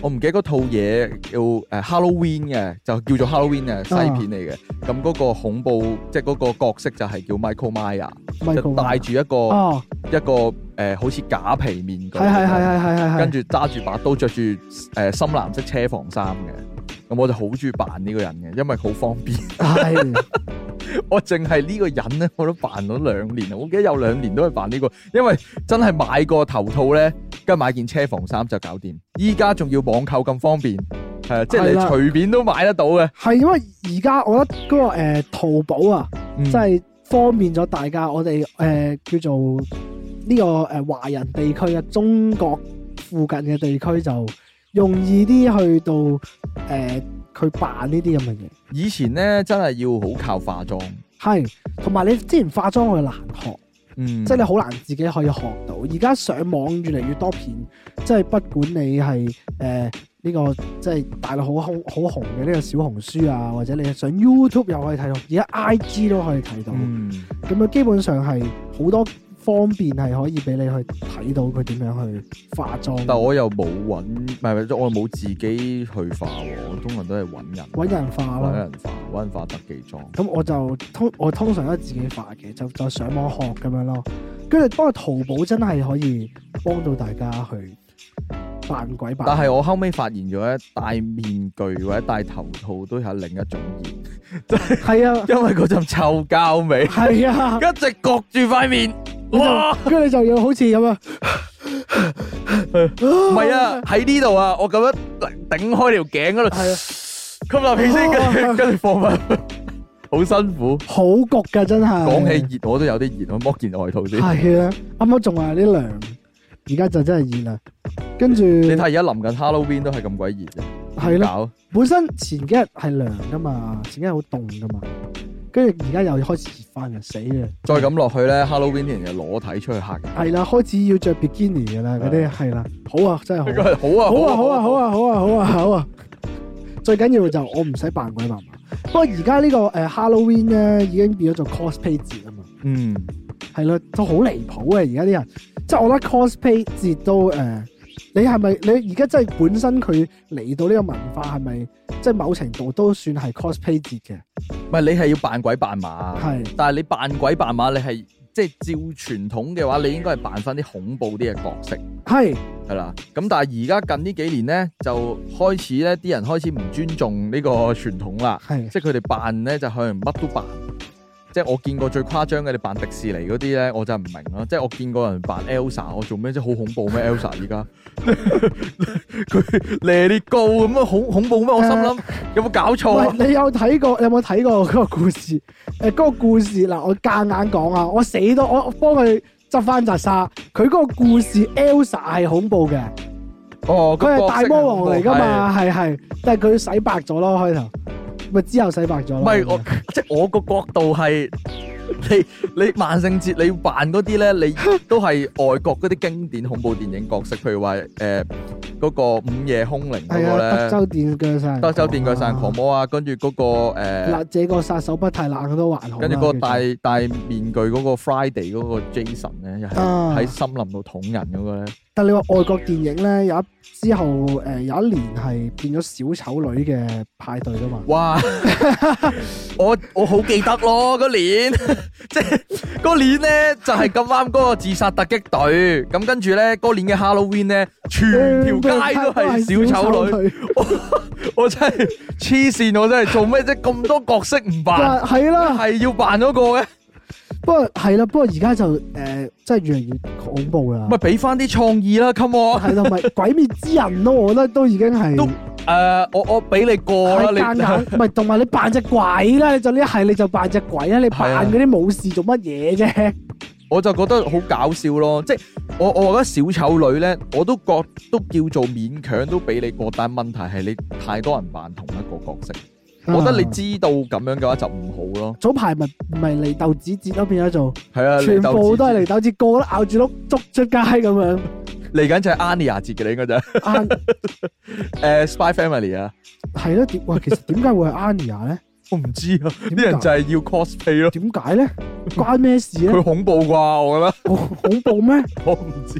S2: 我唔記得嗰套嘢叫誒、呃 Halloween 嘅，就叫做 Halloween 啊嘅西片嚟嘅。咁嗰、個恐怖即係嗰個角色就係叫 Michael Myers，
S1: 咪
S2: 啊就戴住一個、
S1: 哦，
S2: 一個誒、呃好似假皮面具咁
S1: 係係係
S2: 樣，
S1: 係係係，
S2: 跟住揸住把刀，着住誒深藍色車房衫嘅。咁我就好中意扮呢個人嘅，因為好方便。
S1: 係
S2: 我淨係呢個人咧，我都扮咗兩年啦。我記得有兩年都係扮呢、個，因為真係買個頭套咧，跟住買件車房衫就搞掂。依家仲要網購咁方便，係啊，即係
S1: 係
S2: 你
S1: 啦
S2: 隨便都買得到嘅。
S1: 係因為而家我覺得嗰個誒淘寶啊，
S2: 嗯
S1: 真係方便咗大家，我哋誒叫做呢個誒華人地區啊，中國附近嘅地區就容易啲去到誒佢扮呢啲咁嘅嘢。
S2: 以前咧真係要好靠化妝，
S1: 係，同埋你之前化妝我係難學，
S2: 嗯，
S1: 即係你好難自己可以學到。而家上網越嚟越多片，即係不管你係誒呢個即係大陸好紅好紅嘅呢個小紅書啊，或者你上 YouTube 又可以睇到，而家 IG 都可以睇到。
S2: 嗯
S1: 咁樣基本上係好多方便係可以俾你去睇到佢點樣去化
S2: 但
S1: 妝，
S2: 我又冇揾，唔係唔係我冇自己去化喎，我通常都係揾人，
S1: 揾人化
S2: 揾
S1: 咯。
S2: 人化，揾人化特技妝。
S1: 咁我就通我通常都自己化嘅，就就上網學咁樣咯。跟住不過淘寶真係可以幫到大家去扮鬼扮。
S2: 但係我後尾發現咗咧，戴面具或者戴頭套都係另一種 熱，
S1: 係啊，
S2: 因為嗰陣臭膠味。
S1: 係 啊，
S2: 一直焗住塊面，
S1: 你就
S2: 哇！
S1: 跟住你就要好似咁啊，
S2: 唔
S1: 唔
S2: 係啊，，喺呢度啊，我咁樣頂開條頸嗰度，
S1: 係啊
S2: 吸落氣先，跟住跟住放翻， 好辛苦。
S1: 好焗㗎真係。
S2: 講起熱，我都有啲熱，我剝件外套先。
S1: 係啊，啱啱仲話啲涼，而家就真係熱啦。跟住
S2: 你睇而啊家臨近 Halloween 都係咁鬼熱嘅，
S1: 係咯。
S2: 咯，
S1: 本身前幾日係涼噶嘛，前幾日好凍噶嘛，跟住而家又開始熱翻啦，死啦！
S2: 再咁落去咧，Halloween 啲人就裸體出去嚇人。
S1: 係啦，開始要着 bikini 嘅啦，嗰啲係啦，好啊，真係好啊，
S2: 好啊，
S1: 好啊，好啊，好！啊，好啊，好啊，好啊！最緊要就我唔使扮鬼扮馬。不過而家呢個誒 Halloween 咧已經變咗做 cosplay 節啊嘛，
S2: 嗯，
S1: 係咯，都好離譜啊！而家啲人，即係我覺得 cosplay 節都誒、呃你係咪你而家真係本身佢嚟到呢個文化係咪即係某程度都算係 cosplay 節嘅？
S2: 唔係你係要扮鬼扮馬，
S1: 係
S2: 但係你扮鬼扮馬，你係即係照傳統嘅話，你應該係扮翻啲恐怖啲嘅角色。
S1: 係。
S2: 係啦，咁但係而家近呢幾年咧，就開始咧啲人開始唔尊重呢個傳統啦，
S1: 係
S2: 即係佢哋扮咧就向人乜都扮，即係我見過最誇張嘅，你扮迪士尼嗰啲咧，我就唔明咯，即係我見過人扮 Elsa，我做咩啫？好恐怖咩 Elsa 而家 佢咧啲高咁啊，恐恐怖咩？我心諗有冇搞錯啊？
S1: 喂，你有睇過？你有冇睇過嗰個故事？誒、嗰、個故事嗱，我夾硬講啊，我死都我我幫佢執翻扎沙。佢嗰個故事 Elsa 係恐怖嘅，
S2: 哦，
S1: 佢係
S2: 個角
S1: 大
S2: 色
S1: 魔王嚟噶
S2: 係。
S1: 嘛，係係，但係佢洗白咗咯開頭，咪之後洗白咗咯。啊
S2: 唔係我，即係我個角度係 你你萬聖節你要扮嗰啲咧， 你都係外國嗰啲經典恐怖電影角色，譬如話誒嗰個午夜凶鈴
S1: 係
S2: 嗰個
S1: 啊，德
S2: 咧，
S1: 州電鋸殺人
S2: 德州電鋸殺人狂
S1: 啊
S2: 魔啊，跟住嗰個誒，
S1: 嗱，這個殺手不太冷都還好啦。
S2: 跟住嗰個
S1: 叫做
S2: 戴戴面具嗰個 Friday 嗰個 Jason 咧，又係
S1: 啊
S2: 喺森林度捅人嗰個咧，
S1: 但你話外國電影咧，有一之後誒、有一年係變咗小丑女嘅派對噶嘛。
S2: 哇！ 我我好記得咯，嗰年 即係嗰年咧就係咁啱嗰個自殺突擊隊，咁跟住咧嗰年嘅 Halloween 咧，
S1: 嗯
S2: 全條街都係小丑女，
S1: 女。
S2: 我真係 黐線，我真係做咩啫？咁多角色唔扮，
S1: 係啦，
S2: 係要扮嗰個嘅，
S1: 不過係啦，不過而家就诶，真係越嚟越恐怖啦。
S2: 咪俾翻啲創意啦，come on！
S1: 係同埋《鬼滅之刃》咯，我覺得都已經係
S2: 都誒，我我俾你過
S1: 係
S2: 啦，
S1: 夾
S2: 你
S1: 硬，唔係同埋你扮只鬼啦，你就呢一係你就扮只鬼啊啦，你扮嗰啲武士做乜嘢啫？
S2: 我就覺得好搞笑咯，即係我我覺得小丑女咧，我都覺都叫做勉強都俾你過，但問題係你太多人扮同一個角色， 我覺得你
S1: 啊
S2: 知道咁樣嘅話就唔好咯。
S1: 早排咪咪嚟豆子節咯，變咗做
S2: 係啊，
S1: 全
S2: 你就
S1: 部
S2: 知
S1: 都係嚟豆子，個個都咬住碌捉出街咁樣。
S2: 嚟緊就係 Anya 節嘅啦，應該就係
S1: 啊
S2: 誒 Spy Family 啊，
S1: 係咯，點哇？其實點解會係 Anya 咧？
S2: 我唔知啊，
S1: 點
S2: 啲人就
S1: 解
S2: 係要 cosplay 咯，
S1: 點解咧？關咩事咧
S2: 佢？恐怖啩，我覺得。
S1: 好恐怖咩？
S2: 我唔知。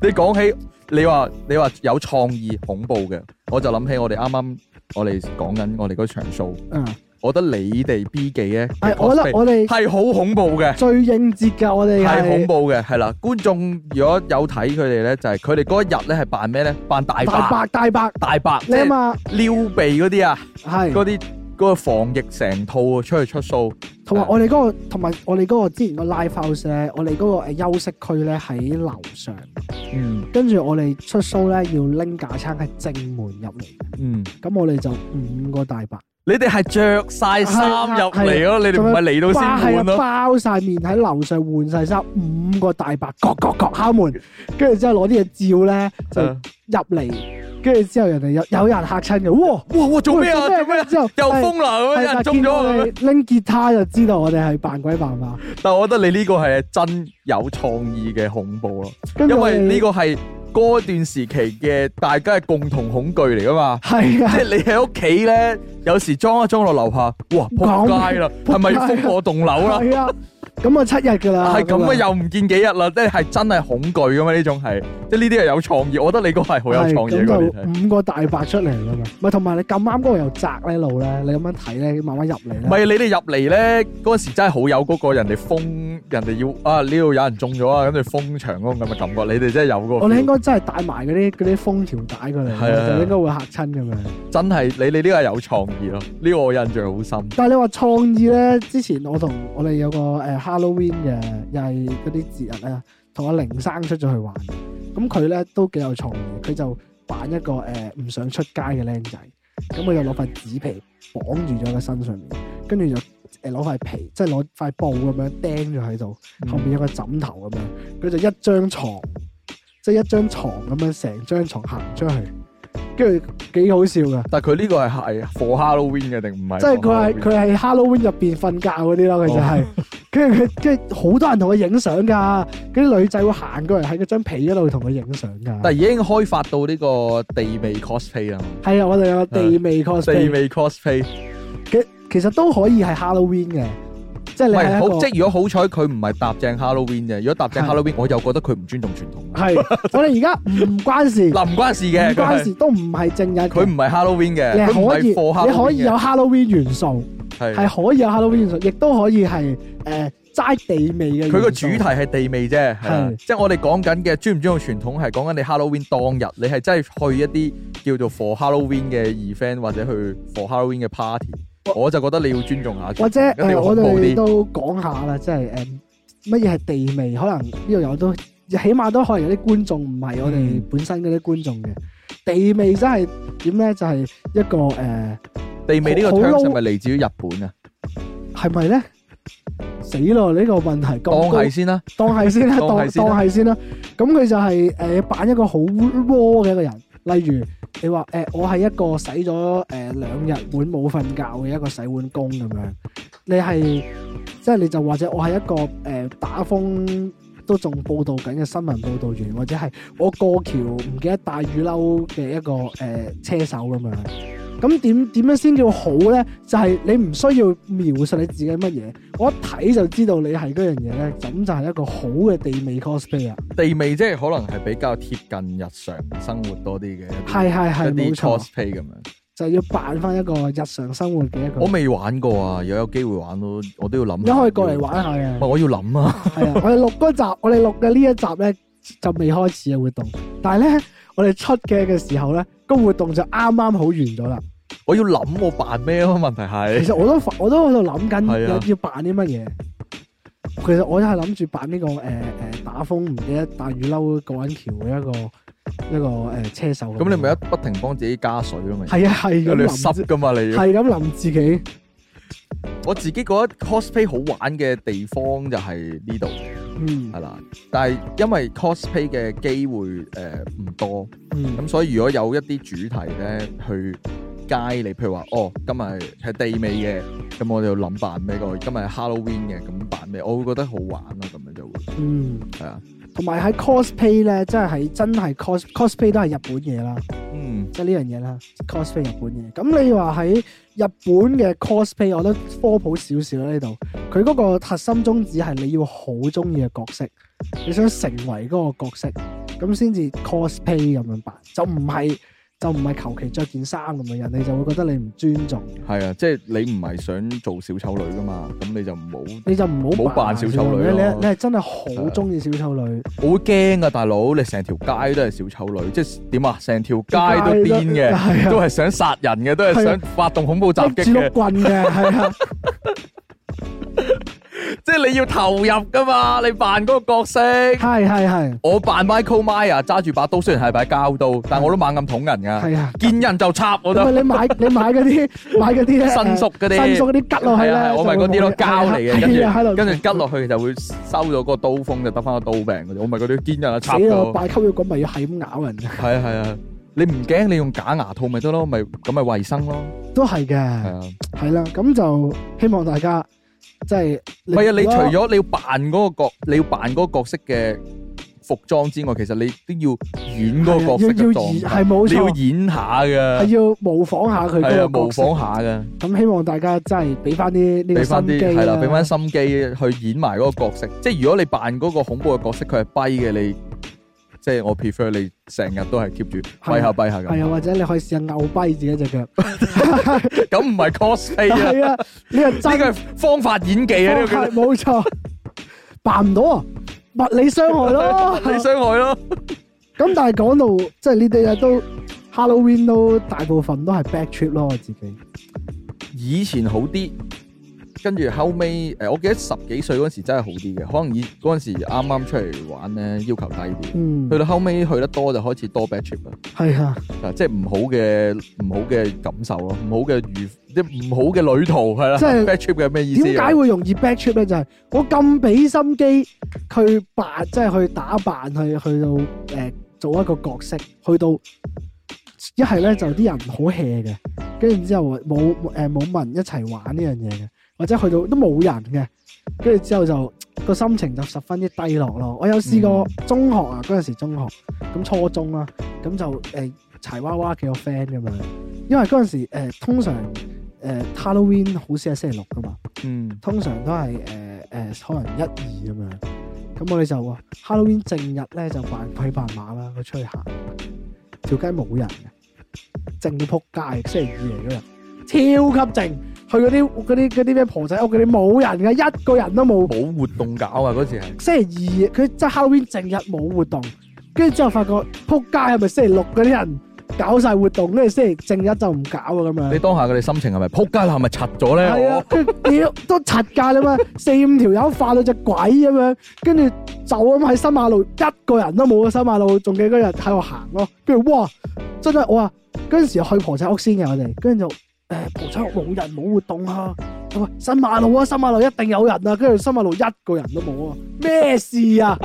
S2: 你講起你話你話有創意恐怖嘅，我就諗起我哋啱啱我哋講緊我哋嗰場 show，
S1: 嗯，
S2: 我覺得你哋 B 記咧，
S1: 係哎我覺得我哋
S2: 係好恐怖嘅，
S1: 最應節㗎，我哋
S2: 係恐
S1: 係
S2: 怖嘅，係啦。觀眾如果有睇佢哋咧，就係佢哋嗰一日咧係扮咩咧？扮大白
S1: 大白大白，
S2: 大白，即
S1: 你啊
S2: 係
S1: 嘛
S2: 撩鼻嗰啲啊，
S1: 係。
S2: 嗰啲嗰個防疫成套啊出去出 show，
S1: 同埋我哋嗰、個，同埋我哋嗰個之前個 live house 咧，我哋嗰個誒休息區咧喺樓上，
S2: 嗯
S1: 跟住我哋出 show 咧要拎架撐喺正門入嚟，
S2: 嗯，
S1: 咁我哋就五個大白，
S2: 你哋係着晒衫入嚟咯，你哋唔係嚟到
S1: 哇
S2: 先
S1: 係
S2: 換
S1: 啊，
S2: 咯。
S1: 包晒面喺樓上換晒衫，五個大白，各各各敲門，跟住之後攞啲嘢照咧就
S2: 啊
S1: 入嚟，跟住之後人哋有有人嚇親嘅，哇！
S2: 哇哇做咩啊？
S1: 喂
S2: 做咩啊？
S1: 之後
S2: 又
S1: 係
S2: 風啦咁樣，有人
S1: 係
S2: 哎中咗啊
S1: 但
S2: 咁
S1: 見我
S2: 樣。
S1: 哋拎吉他就知道我哋係扮鬼扮馬，
S2: 但我覺得你呢個係真有創意嘅恐怖咯，
S1: 跟住
S2: 因
S1: 我
S2: 為
S1: 哋
S2: 呢個係嗰段時期嘅大家嘅共同恐懼嚟噶 嘛。
S1: 係啊
S2: 即。係你喺屋企咧，有時裝一裝落樓下，哇
S1: 講
S2: 撲 街啦，係咪
S1: 撲街
S2: 封我棟樓 啦？
S1: 系啊，咁啊七日噶啦，
S2: 係咁啊，
S1: 樣
S2: 又唔見幾日啦，即係係真係恐懼噶嘛？呢種係，即係呢啲係有創意，我覺得你個係好有創意啊
S1: 係
S2: 嘅。我哋睇
S1: 咁就五個大白出嚟咁嘛，咪同埋你咁啱嗰個又窄呢路咧，你咁樣睇咧，慢慢入嚟
S2: 唔
S1: 咧，
S2: 係你哋入嚟咧，嗰陣時真係好有嗰個人哋封，人哋要啊呢度有人中咗啊，跟住封場嗰種咁嘅感覺。你哋真係有嗰個 feel。
S1: 我哋哦應該真係帶埋嗰啲嗰啲封條帶過嚟，
S2: 係啊
S1: 就應該會嚇親咁樣。
S2: 真係你你呢個係有創意咯，呢、個我印象好深。
S1: 但係你話創意咧，之前我同我哋有個誒 Halloween 嘅，又係嗰啲節日咧，同阿玲生出咗去玩，咁佢咧都幾有創意，佢就扮一個誒唔、想出街嘅僆仔，咁佢就攞塊紙皮綁住咗個身上面，跟住就誒攞塊皮，即係攞塊布咁樣釘咗喺度，
S2: 嗯
S1: 後面有個枕頭咁樣，佢就一張床，即係一張床咁樣成張床行出去，跟住幾好笑㗎。
S2: 但係佢呢個係係 for Halloween 嘅定唔係？
S1: 即係佢係佢係 Halloween 入邊瞓覺嗰啲咯，佢就係、
S2: 哦
S1: 跟住佢跟住好多人同佢影相㗎，嗰啲女仔會行過嚟喺嗰張被嗰度同佢影相
S2: 但係
S1: 㗎。
S2: 已經開發到呢個地味 cosplay 啦嘛，
S1: 係啊，我哋有個地味 cosplay，
S2: 地味 cosplay 唔
S1: 其其實都可以係 Halloween 嘅，即係你
S2: 係
S1: 係
S2: 好，
S1: 一
S2: 即
S1: 個
S2: 係如果好彩佢唔係搭正 Halloween 啫，如果搭正
S1: 係
S2: Halloween，我又覺得佢唔尊重傳統。
S1: 係我哋而家唔關事，唔
S2: 嗱唔關事嘅，佢
S1: 關
S2: 係
S1: 事都唔係正日嘅，
S2: 佢唔係 Halloween
S1: 你
S2: 嘅，
S1: 係
S2: 佢唔
S1: 可
S2: 係
S1: 以
S2: for
S1: 你可
S2: Halloween
S1: 以有
S2: 嘅
S1: Halloween 元素，係
S2: 係
S1: 可以有 Halloween 元素，亦都可以係誒齋地味嘅元素。
S2: 佢個主題係地味啫，係啦
S1: 係
S2: 即係我哋講緊嘅尊唔尊重傳統係講緊你 Halloween 當日，你係真係去一啲叫做 for Halloween 嘅 event 或者去 for Halloween 嘅 party，我就覺得你要尊重下傳統，
S1: 或者
S2: 嗯一定
S1: 誒，
S2: 要
S1: 我
S2: 恐怖
S1: 哋
S2: 啲。
S1: 都講下啦，即係誒呃乜嘢係地味，可能呢度有都，起碼都可能有啲觀眾唔係我哋
S2: 嗯
S1: 本身嗰啲觀眾嘅地味，真係點咧？就係一個呃誒
S2: 地味呢個
S1: 好
S2: term 係
S1: 好
S2: 咪嚟自於日本啊？
S1: 係咪咧？死咯！呢個問題咁
S2: 當
S1: 高
S2: 係先啦，
S1: 當係先啦，
S2: 當
S1: 當
S2: 係先
S1: 當
S2: 啦
S1: 係先啦。咁佢就係、誒、扮一個好 raw 嘅一個人，例如你話誒、我係一個洗咗誒兩日碗冇瞓覺嘅一個洗碗工咁樣，你係即係你就或者我係一個誒、打風。都仲報道緊嘅新聞報導員，或者係我過橋唔記得帶雨褸嘅一個誒、車手咁樣，咁點點樣先叫好咧？就係、你唔需要描述你自己乜嘢，我一睇就知道你係嗰樣嘢咧，咁就係一個好嘅地味 cosplay 啊！
S2: 地味即係可能係比較貼近日常生活多啲嘅一
S1: 係係
S2: 啲
S1: 係
S2: 一
S1: 冇
S2: 啲
S1: 錯，
S2: cosplay 咁樣。
S1: 就要扮翻一個日常生活嘅一個
S2: 我。未玩過啊，如果有機會玩都我都要諗
S1: 嗯你
S2: 下。
S1: 可以過嚟
S2: 要，
S1: 玩下啊
S2: 唔係
S1: 嘅，
S2: 我要諗啊。
S1: 係啊！我哋錄嗰集，我哋錄嘅呢一集咧就未開始嘅活動，但係咧我哋出嘅嘅時候咧，個活動就啱啱好完 咗啦。
S2: 我要諗我扮咩咯？問題
S1: 其
S2: 係
S1: 實我都發我都喺度諗緊
S2: 係啊
S1: 有要扮啲乜嘢，其實我都係諗住扮呢個誒誒打風唔記得帶雨褸過緊橋嘅一個一個誒車手。
S2: 咁你咪一不停幫自己加水咯，咪
S1: 係啊係
S2: 因為
S1: 咁
S2: 你要
S1: 淋自
S2: 濕噶嘛你要。
S1: 係咁淋自己。
S2: 我自己覺得 cosplay 好玩嘅地方就係呢度
S1: 嗯
S2: 係啦，但係因為 cosplay 嘅機會誒唔、多，
S1: 嗯
S2: 咁所以如果有一啲主題咧去街你，譬如話哦，今日係地味嘅，咁我哋要諗扮咩個？今日係 Halloween 嘅，咁扮咩？我會覺得好玩咯，咁樣就會
S1: 嗯，
S2: 係啊，
S1: 同埋喺 cosplay 咧，真係喺真係 cos cosplay 都係日本嘢啦。
S2: 嗯，
S1: 即係呢樣嘢啦，cosplay 日本嘢。咁你話喺日本嘅 cosplay，我覺得科普少少啦呢度。佢嗰個核心宗旨係你要好中意嘅角色，你想成為嗰個角色，咁先至 cosplay 咁樣扮，就唔係就唔係求其着件衫咁樣，人哋就會覺得你唔尊重，
S2: 係啊，即係你唔係想做小丑女噶嘛，咁你就唔好。
S1: 你就唔好
S2: 唔好扮小丑女
S1: 你
S2: 咯
S1: 你你係真係好中意小丑女，
S2: 我會驚啊，大佬！你成條街都係小丑女，即係點啊？成條街都癲嘅，
S1: 係啊
S2: 都係想殺人嘅，都係想發動恐怖襲
S1: 拎
S2: 擊
S1: 住碌
S2: 嘅，
S1: 棍 嘅，係啊，
S2: 即係你要投入噶嘛？你扮嗰個角色，
S1: 係係係
S2: 我扮 Michael Myers 揸住把刀，雖然係把膠刀，但我都猛咁捅人噶，
S1: 係啊。
S2: 見人就插我
S1: 因
S2: 都
S1: 為。你買 你買嗰啲買嗰啲咧，
S2: 新熟嗰啲
S1: 新熟嗰啲吉落
S2: 係
S1: 去咧
S2: 啊係啊，我咪嗰啲咯，膠嚟嘅，
S1: 跟
S2: 跟
S1: 住
S2: 住跟住吉落去就會收咗個刀鋒，就得翻個刀柄嗰啲。我咪嗰啲見人就插
S1: 死咯，
S2: 咗。
S1: 拜溝要咁咪要係咁咬人，
S2: 係啊係啊，你唔驚你用假牙套咪得咯，咪咁咪衞生咯。
S1: 都
S2: 係
S1: 係嘅，
S2: 啊。
S1: 係啦，咁就希望大家即係
S2: 唔係啊！你除咗你要扮嗰個角，你要扮嗰個角色嘅服裝之外，其實你都要演嗰個角色嘅狀
S1: 係
S2: 態，
S1: 啊要要係冇
S2: 你要
S1: 錯，
S2: 演下
S1: 係
S2: 噶，
S1: 要模仿下佢
S2: 係啊，
S1: 嗰個
S2: 模
S1: 角色
S2: 仿。下噶，
S1: 咁希望大家真係俾翻啲呢個
S2: 俾翻
S1: 心
S2: 啲
S1: 機啊
S2: 係啦，
S1: 啦，
S2: 俾翻心機去演埋嗰個角色。即係如果你扮嗰個恐怖嘅角色，佢係跛嘅，你即係我 prefer 你成日都係 keep 住跛下跛下
S1: 係啊，
S2: 咁，
S1: 或者你可以試下牛跛自己只腳，
S2: 咁唔係 cosplay 啊，
S1: 係啊，呢個
S2: 呢
S1: 真
S2: 個係方法演技啊，呢個叫
S1: 係冇錯，扮唔到啊，物理傷害咯，
S2: 你傷害咯，
S1: 咁但係講到即係呢啲嘢都 Halloween 都大部分都係 back trip 咯，我自己
S2: 以前好啲，跟住後尾誒、呃我記得十幾歲嗰陣時真係好啲嘅，可能以嗰陣時啱啱出嚟玩咧，要求低啲。
S1: 嗯
S2: 去到後尾去得多就開始多 bad trip 啦，
S1: 係啊，
S2: 啊即係唔好嘅唔好嘅感受咯，唔好嘅愉即係唔好嘅旅途係啦。
S1: 即係
S2: bad trip 嘅咩意思啊？
S1: 點解會容易 back trip 咧？就係、我咁俾心機去扮，即係去打扮，去去到誒、呃做一個角色，去到一係
S2: 啊
S1: 咧就啲人好 hea 嘅，跟住之後冇誒冇冇人一齊玩呢樣嘢嘅，或者去到都冇人嘅，跟住之後就個心情就十分之低落咯。我有試過
S2: 嗯
S1: 中學啊，嗰陣時中學咁初中啦、咁就誒、呃柴娃娃幾個 friend 咁樣，因為嗰陣時誒、呃通常誒、呃 Halloween 好少係星期六噶嘛。
S2: 嗯
S1: 通常都係誒誒，可能一二咁樣。咁我哋就話 Halloween 正日咧就扮鬼扮馬啦，佢出去行條街冇人嘅，靜到撲街。星期二嚟嗰日，超級靜。去嗰啲嗰啲嗰啲咩婆仔屋嗰啲冇人嘅，一個人都冇。
S2: 冇活動搞啊嗰時係
S1: 星期二佢即係 Halloween 正日冇活動，跟住之後發覺撲街係咪星期六嗰啲人搞晒活動，跟住星期正日就唔搞啊咁樣
S2: 你。當下佢哋心情係咪撲街啦？係咪柒咗
S1: 係啊
S2: 咧？，
S1: 佢屌都柒㗎啦嘛，四五條友化到只鬼咁樣，跟住就咁喺新馬路一個人都冇啊！新馬路仲記嗰日喺度行咯，跟住哇，真係我話嗰陣時去婆仔屋先嘅我哋，跟住就誒、婆仔屋冇人冇活動啊，我話新馬路啊，新馬路一定有人啊，跟住新馬路一個人都冇啊，咩事啊？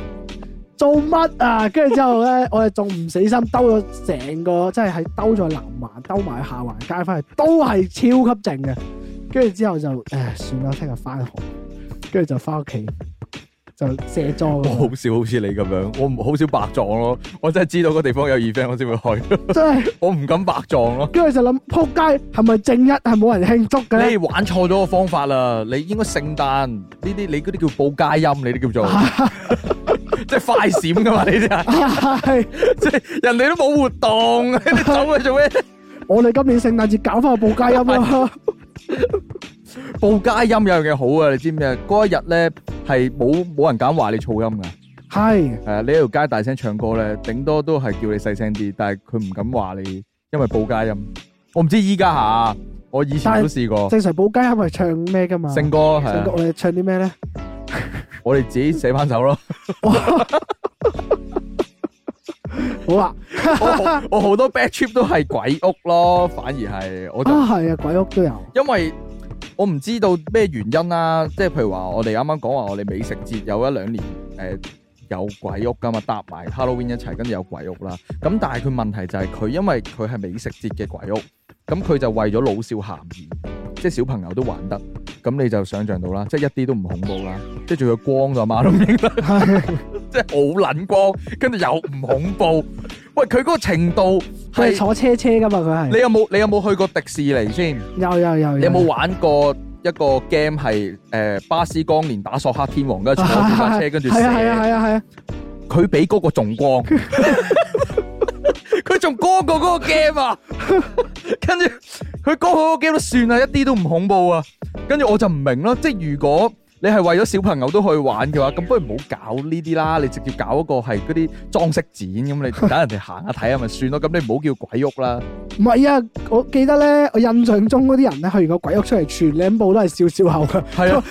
S1: 做乜啊？跟住之後咧， 我哋仲唔死心兜咗成個，即係喺兜咗南環，兜埋下環街翻去，都係超級靜嘅。跟住之後就誒算啦，聽日翻學，跟住就翻屋企就卸妝
S2: 我
S1: 咁
S2: 好少好似你咁樣，我唔好少白撞咯。我真係知道個地方有 event 我先會去，
S1: 樣，真係
S2: 我唔敢白撞咯。
S1: 跟住就諗撲街係咪正一係冇人慶祝嘅咧？
S2: 你玩錯咗個方法啦！你應該聖誕呢啲，你嗰啲叫報佳音，你啲叫 做，即係快閃噶嘛？你啲係，
S1: 係
S2: 即係人哋都冇活動， 你走去做咩？
S1: 我哋今年聖誕節搞翻個報佳音啦，
S2: 報佳音有樣嘢好啊！你知唔知啊？嗰一日咧係冇冇人敢話你噪音噶，
S1: 係
S2: 係啊！你喺條街大聲唱歌咧，頂多都係叫你細聲啲，但係佢唔敢話你，因為報佳音。我唔知依家下，我以前都試過
S1: 正常報佳音係唱咩噶嘛？
S2: 哦聖歌係
S1: 聖
S2: 啊
S1: 歌我哋唱啲咩咧？
S2: 我哋自己寫翻首咯。
S1: 好啊啦，
S2: 我好我好多 bad trip 都係鬼屋咯，反而係我就
S1: 啊係啊，鬼屋都有，
S2: 因為我唔知道咩原因啦、即係譬如話我哋啱啱講話我哋美食節有一兩年誒、呃有鬼屋噶嘛，搭埋 Halloween 一齊，跟住有鬼屋啦。咁但係佢問題就係佢因為佢係美食節嘅鬼屋，咁佢就為咗老少咸宜，即係小朋友都玩得，咁你就想象到啦，即係一啲都唔恐怖啦，即係仲要光就阿媽都唔認得，即係好撚光，跟住又唔恐怖。喂，佢嗰個程度
S1: 佢係
S2: 係
S1: 坐車車噶嘛，佢
S2: 你
S1: 係
S2: 有冇你有冇去過迪士尼先？
S1: 有有有
S2: 你有冇玩過一個 game 係誒巴斯光年打索克天王，跟住 坐住架車，跟住
S1: 係啊係啊
S2: 射？
S1: 係啊係啊，
S2: 佢比嗰個仲光， 佢仲光過嗰個 game 啊！跟住佢光過嗰個 game 都算啦，一啲都唔恐怖啊！跟住我就唔明咯，即係如果你係為咗小朋友都去玩嘅話，咁不如唔好搞呢啲啦，你直接搞一個係嗰啲裝飾展咁，你等人哋行下睇下咪算咯。咁你唔好叫鬼屋 啦。
S1: 唔係啊，我記得咧，我印象中嗰啲人咧去完個鬼屋出嚟，全兩部都係笑笑口 嘅，
S2: 係啊。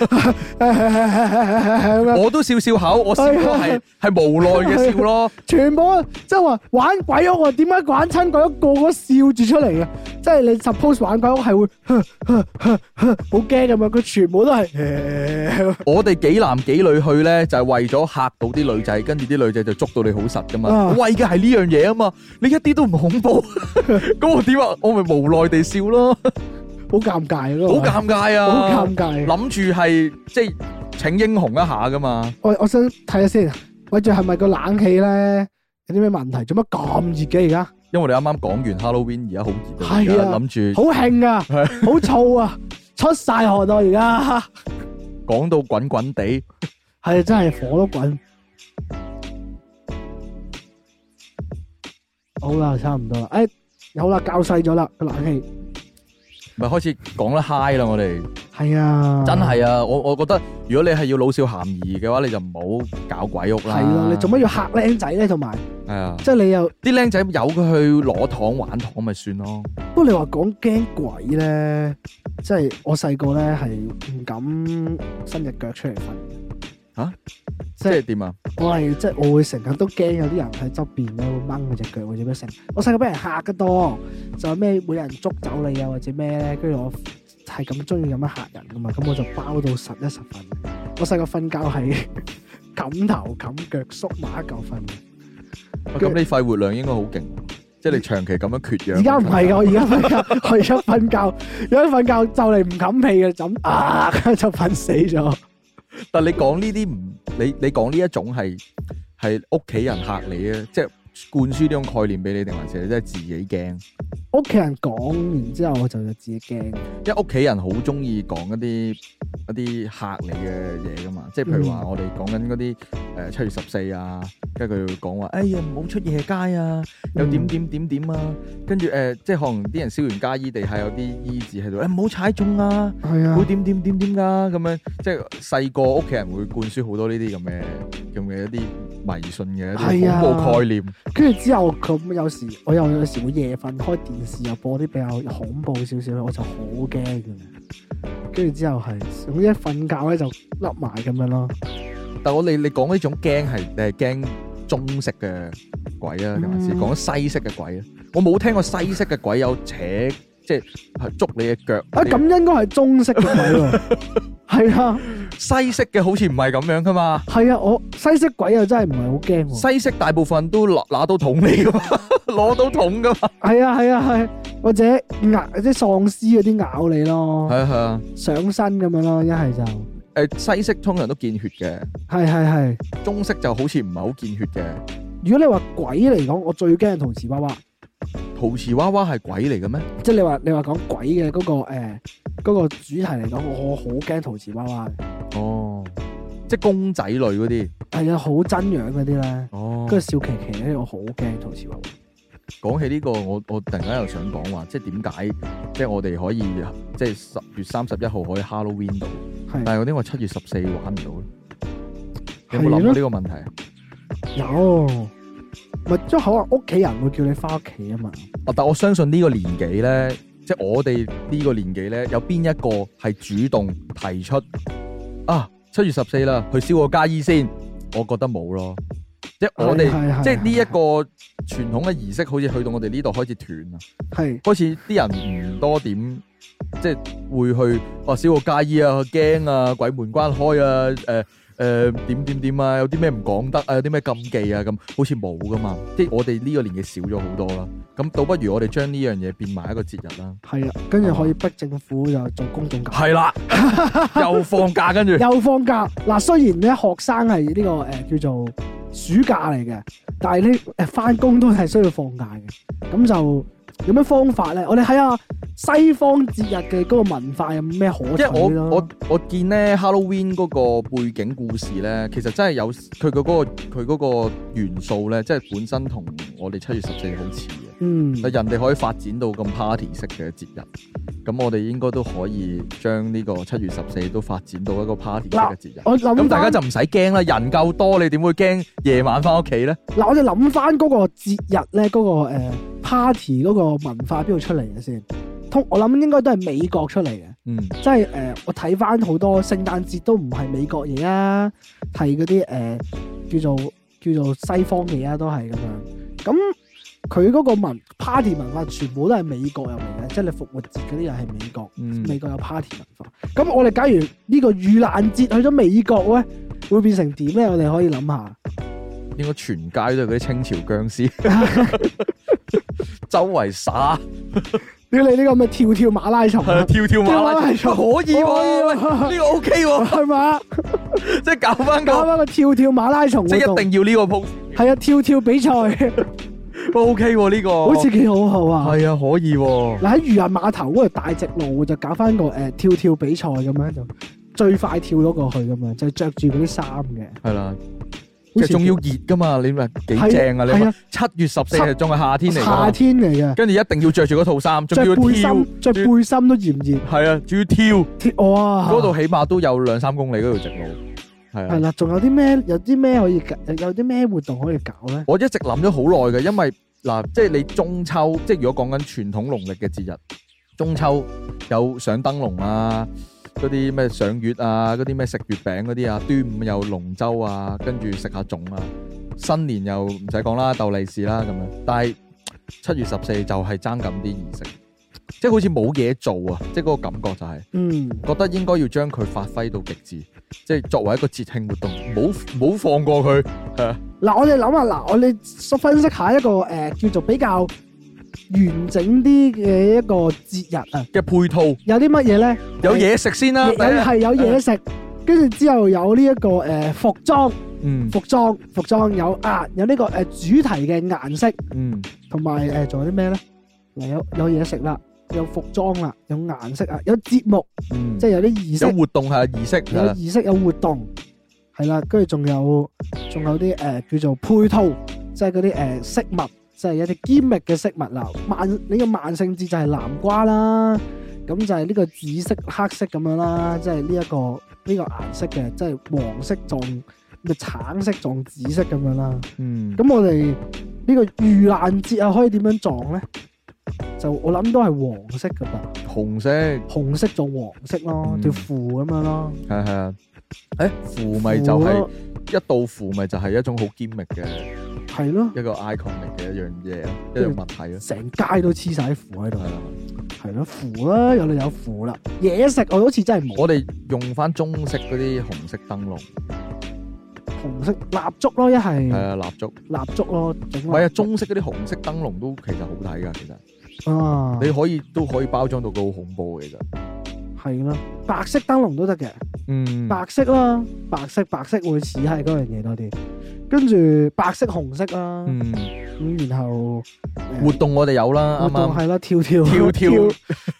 S1: 咁樣
S2: 我都笑笑口，我笑咯係係無奈嘅笑咯，
S1: 全部都即係話玩鬼屋啊，點解玩親鬼屋個個都笑住出嚟嘅？即係你 suppose 玩鬼屋係會 好驚咁樣，佢全部都係
S2: 我哋幾男幾女去咧，就係、為咗嚇到啲女仔，跟住啲女仔就捉到你好實噶嘛，
S1: 啊
S2: 為嘅係呢樣嘢啊嘛，你一啲都唔恐 怖，咁我點啊？我咪無奈地笑咯，
S1: 好尷尬
S2: 好
S1: 咯，
S2: 尷尬啊！
S1: 好尷尬。
S2: 諗住係即係請英雄一下噶嘛，
S1: 我我想睇下先，喂，仲係咪個冷氣咧有啲咩問題？做乜咁熱嘅而家？
S2: 因為你啱啱講完 Halloween 而家好熱啊，而
S1: 係啊
S2: 家諗住
S1: 好興啊，好燥啊，出晒汗啊 而家，
S2: 講到滾滾地，
S1: 係真係火都滾。好啦，差唔多啦，誒、有啦，較細咗啦個冷氣。
S2: 咪開始講得 high 啦，我哋。
S1: 系啊，
S2: 真係啊！我我覺得如果你係要老少咸宜嘅話，你就唔好搞鬼屋啦。
S1: 係咯，你做乜要嚇僆仔咧？同埋，
S2: 係啊，
S1: 即係你又，
S2: 啲僆仔由佢去攞糖玩糖咪算咯。
S1: 不過你話講驚鬼咧，即係我細個咧係唔敢伸只腳出嚟瞓。
S2: 嚇
S1: 即
S2: 即
S1: 係
S2: 係點啊？
S1: 我係即係我會成日都驚有啲人喺側邊咧會掹佢只腳或者咩成。我細個俾人嚇得多，就係咩會有人捉走你啊或者咩咧，跟住我係咁中意咁樣嚇人噶嘛，咁我就包到實一實瞓。我細個瞓覺係冚頭冚腳縮埋一嚿瞓嘅。
S2: 喂啊咁你肺活量應該好勁，即係你長期咁樣缺氧。
S1: 而家唔係噶，我而家瞓覺，我而家瞓覺，而家瞓覺就嚟唔冚被嘅，就咁啊就瞓死咗。
S2: 但你講呢啲唔，你你講呢一種係係屋企人嚇你啊，即係灌輸呢種概念俾你，定還是你真係自己驚？
S1: 屋企人講完之後，我就自己驚。
S2: 因為屋企人好中意講一啲一啲嚇你嘅嘢噶嘛，即係譬如話
S1: 嗯
S2: 我哋講緊嗰啲誒七月十四啊，跟住佢會講話，哎
S1: 嗯
S2: 呀唔好出夜街啊，又點點點點啊，跟住誒即係可能啲人燒完街衣地下有啲衣字喺度，哎誒唔好踩中啊，
S1: 係
S2: 好
S1: 啊，
S2: 點點點點㗎咁樣，即係細個屋企人會灌輸好多呢啲咁嘅咁嘅一啲迷信嘅一
S1: 係
S2: 啲
S1: 啊
S2: 恐怖概念，
S1: 跟住之後咁有時我又有時會夜瞓，開電視又播啲比較恐怖少少嘅，我就好驚嘅。跟住之後係總之一瞓覺咧就笠埋咁樣咯。
S2: 但我你你講呢種驚係你係驚中式嘅鬼啊，定還是
S1: 嗯
S2: 講西式嘅鬼啊？我冇聽過西式嘅鬼有扯，即係係捉你嘅腳。
S1: 啊，咁應該係中式嘅鬼 喎。係啊，
S2: 西式嘅好似唔係咁樣噶嘛？
S1: 係啊，我西式鬼又真係唔係好驚喎。
S2: 西式大部分都攞拿到桶你噶嘛， 攞到桶噶嘛。
S1: 係啊，係啊，係啊，或者咬即係喪屍嗰啲咬你咯。
S2: 係啊係啊，
S1: 上身咁樣咯，一係就係
S2: 誒西式通常都見血嘅，
S1: 係係。
S2: 中式就好似唔係好見血嘅。
S1: 如果你話鬼嚟講，我最驚係陶瓷娃娃，
S2: 陶瓷娃娃係鬼嚟嘅咩？
S1: 即係你話你話講鬼嘅嗰、個誒嗰、個主題嚟講，我好驚陶瓷娃娃嘅，
S2: 哦，即係公仔類嗰啲。
S1: 係啊，好真樣嗰啲咧，
S2: 哦
S1: 跟住笑騎騎咧，我好驚陶瓷娃娃。
S2: 講起呢、個，我我突然間又想講話，即係點解即係我哋可以即係十月三十一號可以 Halloween 到，
S1: 係
S2: 但係嗰啲我七月十四玩唔到咧。你有
S1: 係
S2: 冇諗
S1: 咯
S2: 過呢個問題啊？
S1: 有，咪即係可能屋企人會叫你翻屋企啊嘛。
S2: 啊但我相信呢個年紀咧，即係我哋呢個年紀咧，有邊一個係主動提出啊？七月十四啦，去燒個街衣先。我覺得冇咯，即係我哋
S1: 係係係
S2: 即係呢一個傳統嘅儀式，好似去到我哋呢度開始斷啊，
S1: 係
S2: 開始啲人唔多點，即係會去哦燒個街衣啊，驚啊，鬼門關開啊，誒、誒點點點啊，有啲咩唔講得啊，有啲咩禁忌啊咁，好似冇噶嘛，即係我哋呢個年紀少咗好多啦。咁倒不如我哋將呢樣嘢變埋一個節日啦。
S1: 係啊，跟
S2: 哦
S1: 住可以逼政府就做公眾假，
S2: 係 啦，又放假 跟住。
S1: 又放假。嗱，雖然咧學生係呢、個誒、呃叫做暑假嚟嘅，但係呢誒翻工都係需要放假嘅。咁就有咩方法咧？我哋睇下西方節日嘅嗰個文化有咩可取
S2: 即係我
S1: 咯。
S2: 我我見咧 Halloween 嗰個背景故事咧，其實真係有佢嗰、個佢嗰個元素咧，即係本身同我哋七月十四好似嘅。
S1: 嗯
S2: 但人哋可以發展到咁 party 式嘅節日，咁我哋應該都可以將呢個七月十四都發展到一個 party 式嘅節日。
S1: 我諗
S2: 咁大
S1: 返
S2: 家就唔使驚啦，人夠多，你點會驚夜晚翻屋企咧？
S1: 嗱，我哋諗翻嗰個節日咧，嗰、個呃 party 嗰個文化邊度出嚟嘅先？通我諗應該都係美國出嚟嘅，
S2: 嗯，
S1: 即係誒、呃我睇翻好多聖誕節都唔係美國嘢啊，係嗰啲誒叫做叫做西方嘢啊，都係咁樣。咁佢嗰個文 party 文化全部都係美國入嚟嘅，即係你復活節嗰啲又係美國。
S2: 嗯
S1: 美國有 party 文化。咁我哋假如呢個遇難節去咗美國咧，會變成點咧？我哋可以諗下。
S2: 應該全街都係嗰啲清朝僵屍， 周圍 耍，
S1: 屌你呢個咩跳跳馬拉松
S2: 係啊
S1: 啊？
S2: 跳跳馬拉，喂可以
S1: 哎
S2: 喎，喂呢個 OK 喎。
S1: 係嘛？
S2: 即係 搞翻
S1: 搞
S2: 個，
S1: 翻個跳跳馬拉松
S2: 即
S1: 活動
S2: 係一定要呢個 pose。
S1: 係啊，跳跳比賽好
S2: O K 喎呢個，
S1: 似幾好好啊！
S2: 係啊，可以喎。
S1: 嗱喺漁人碼頭嗰度大直路就搞翻個誒跳跳比賽咁樣就最快跳咗過去咁樣，就着住嗰啲衫嘅。
S2: 係啦，其
S1: 好似
S2: 實仲要熱噶嘛，你咪幾
S1: 係啊
S2: 正啊！你
S1: 係
S2: 咪
S1: 啊
S2: 七月十四係仲係夏天嚟
S1: 夏
S2: 㗎，
S1: 天嚟嘅，
S2: 跟住一定要着住嗰套衫，仲要
S1: 着背
S2: 跳，
S1: 心着背心都嫌熱。
S2: 係啊，仲要跳，
S1: 跳哇！
S2: 嗰度起碼都有兩三公里嗰條直路，係
S1: 係
S2: 啊。
S1: 啦，仲有啲咩有啲咩可以搞有有啲咩活動可以搞咧？
S2: 我一直諗咗好耐嘅，因為嗱，即係你中秋，即係如果講緊傳統農曆嘅節日，中秋有上燈籠啊，嗰啲咩賞月啊，嗰啲咩食月餅嗰啲啊，端午有龍舟啊，跟住食下粽啊，新年又唔使講啦，鬥利是啦咁樣。但係七月十四就係爭咁啲儀式，即係好似冇嘢做啊，即係嗰個感覺就係、
S1: 嗯，
S2: 覺得應該要將佢發揮到極致，即係作為一個節慶活動，冇冇放過佢，係啊，
S1: 嗱，我哋諗下，嗱，我哋分析下一個誒、呃叫做比較完整啲嘅一個節日啊，
S2: 嘅配套。
S1: 有啲乜嘢咧？
S2: 有嘢食先啦，
S1: 有係有嘢食，跟住之後有呢、一個誒、呃服裝，
S2: 嗯
S1: 服裝服裝有啊，有呢、個誒、呃主題嘅顏色，
S2: 嗯，
S1: 同埋誒仲有啲咩咧？嗱，有有嘢食啦，有服裝啦，有顏色啊，有節目，
S2: 嗯
S1: 即係有啲儀式
S2: 有，活動係儀式係
S1: 有
S2: 啦，
S1: 儀式有活動，係啦，跟住仲有仲有啲誒、呃叫做配套，即係嗰啲誒飾物，即係一啲堅密嘅飾物啦。萬呢、個萬聖節就係南瓜啦，咁就係呢個紫色、黑色咁樣啦，即係呢一個呢、個顏色嘅，即係黃色撞咪橙色撞紫色咁樣啦。
S2: 嗯
S1: 咁我哋呢個遇難節啊，可以點樣撞咧？就我諗都係黃色噶吧，
S2: 嗯紅色係
S1: 紅色撞黃色咯，
S2: 嗯
S1: 條符咁樣咯，
S2: 係啊，誒符咪就
S1: 符
S2: 係
S1: 咯
S2: 一道符咪就係一種好堅密嘅
S1: 係咯。
S2: 一個 icon 嚟嘅一樣嘢咯，一樣物體啊咯，
S1: 成街都黐晒符喺度
S2: 係，啦。啊
S1: 係咯符啦，有你有符啦，嘢食我好似真係冇，
S2: 我哋用翻中式嗰啲紅色燈籠，
S1: 紅色蠟燭咯，一
S2: 係
S1: 係
S2: 啊蠟燭，
S1: 蠟燭咯，整
S2: 唔
S1: 蠟燭
S2: 係啊中式嗰啲紅色燈籠都其實好睇㗎，其實
S1: 啊，
S2: 你可以都可以包裝到佢好恐怖嘅，其實。
S1: 係咯，白色燈籠都得嘅，
S2: 嗯
S1: 白色啦，白色白色會似係嗰樣嘢多啲，跟住白色紅色啦，
S2: 嗯，
S1: 咁然後
S2: 活動我哋有啦，
S1: 活
S2: 啱
S1: 動
S2: 啱。
S1: 係啦，跳跳
S2: 跳跳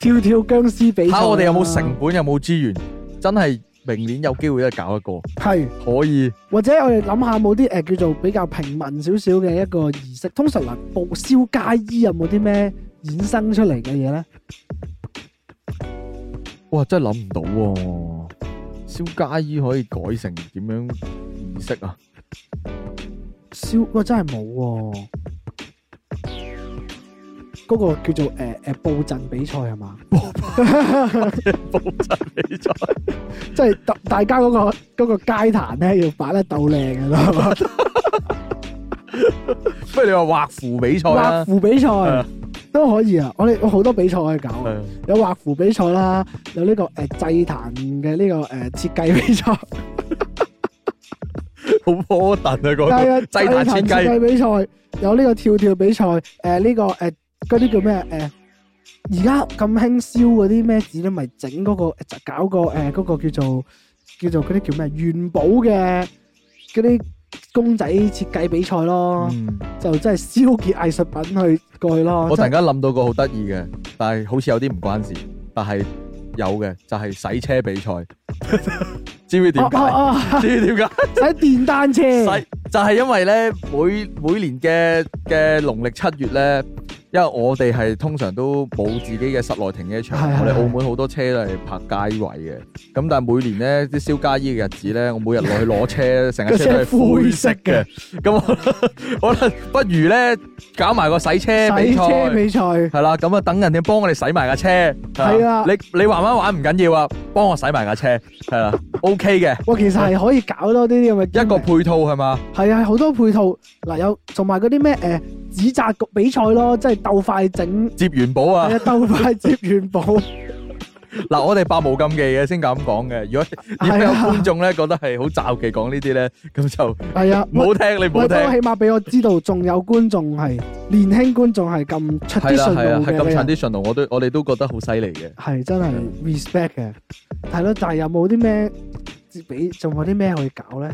S1: 跳跳僵屍比
S2: 睇
S1: 賽
S2: 下
S1: 啊啦，
S2: 我哋有冇成本，有冇資源，真係明年有機會咧搞一個，
S1: 係。
S2: 可以
S1: 或者我哋諗下冇啲誒叫做比較平民少少嘅一個儀式，通常嗱報燒街衣有冇啲咩衍生出嚟嘅嘢咧？
S2: 哇！真係諗唔到喎、燒街衣可以改成點樣儀式啊？
S1: 燒哇真係冇喎，嗰個叫做誒誒佈陣比賽係嘛？
S2: 布陣比賽，
S1: 即係大大家嗰、個嗰、個街壇咧要擺得鬥靚嘅 啦，
S2: 不如你話畫符比賽
S1: 畫
S2: 啦。
S1: 符比賽
S2: 啊
S1: 都可以啊！我哋我好多比賽可以搞啊，
S2: 係
S1: 有畫符比賽啦，有呢、個誒、呃祭壇嘅呢、個誒、呃設計比賽，
S2: 好摩登啊！嗰
S1: 係
S2: 個
S1: 啊
S2: 祭壇設
S1: 設
S2: 計
S1: 計比賽，有呢個跳跳比賽，誒、呢、個誒呃嗰啲叫咩誒？而家咁興燒嗰啲咩紙咧，咪整嗰個搞個誒嗰、個叫做叫做嗰啲叫咩元寶嘅嗰啲公仔設計比賽咯。
S2: 嗯
S1: 就真係消結藝術品去過去咯。
S2: 我突
S1: 真
S2: 然
S1: 係
S2: 間諗到個好得意嘅，但係好似有啲唔關事，但係有嘅就係洗車比賽。 知唔知點
S1: 哦
S2: 解？
S1: 哦 哦
S2: 知唔知點解？
S1: 使電單車，
S2: 洗就係因為咧，每每年嘅嘅農曆七月咧，因為我哋係通常都冇自己嘅室內停車
S1: 係
S2: 場，
S1: 係
S2: 我哋
S1: 係
S2: 澳門好多車都係泊街位嘅。咁但係每年咧啲燒街衣嘅日子咧，我每日落去攞車，成架車都係灰色嘅。咁我 可能不如咧搞埋個洗車比
S1: 洗車
S2: 賽。
S1: 比賽
S2: 系啦，咁啊等人哋幫我哋洗埋架車。
S1: 係啊
S2: 你你慢慢玩唔緊要啊，幫我洗埋架車。係啦，OK 嘅，
S1: 我其實係可以搞多啲咁嘅
S2: 一個配套係嘛？
S1: 係啊，好多配套嗱，有同埋嗰啲咩誒指責局比賽咯，即係鬥快整，
S2: 接元寶啊
S1: 係！啊鬥快接元 寶，
S2: 嗱，我哋百無禁忌嘅先咁講嘅。如果如果
S1: 係
S2: 有
S1: 啊
S2: 觀眾咧覺得係好罩忌講呢啲咧，咁就唔
S1: 係啊，喂
S2: 好聽，你唔
S1: 喂
S2: 好
S1: 不
S2: 聽。
S1: 過起碼俾我知道，仲有觀眾係年輕觀眾係咁出
S2: 係
S1: 啲
S2: 啦
S1: 信
S2: 係啦，啊
S1: 路
S2: 係
S1: 嘅
S2: 咁襯
S1: 俾人，
S2: 啲啊順路，我都我哋都覺得好犀利嘅。
S1: 係真係 respect 嘅，係咯，但係有冇啲咩比，仲有啲咩可以搞咧？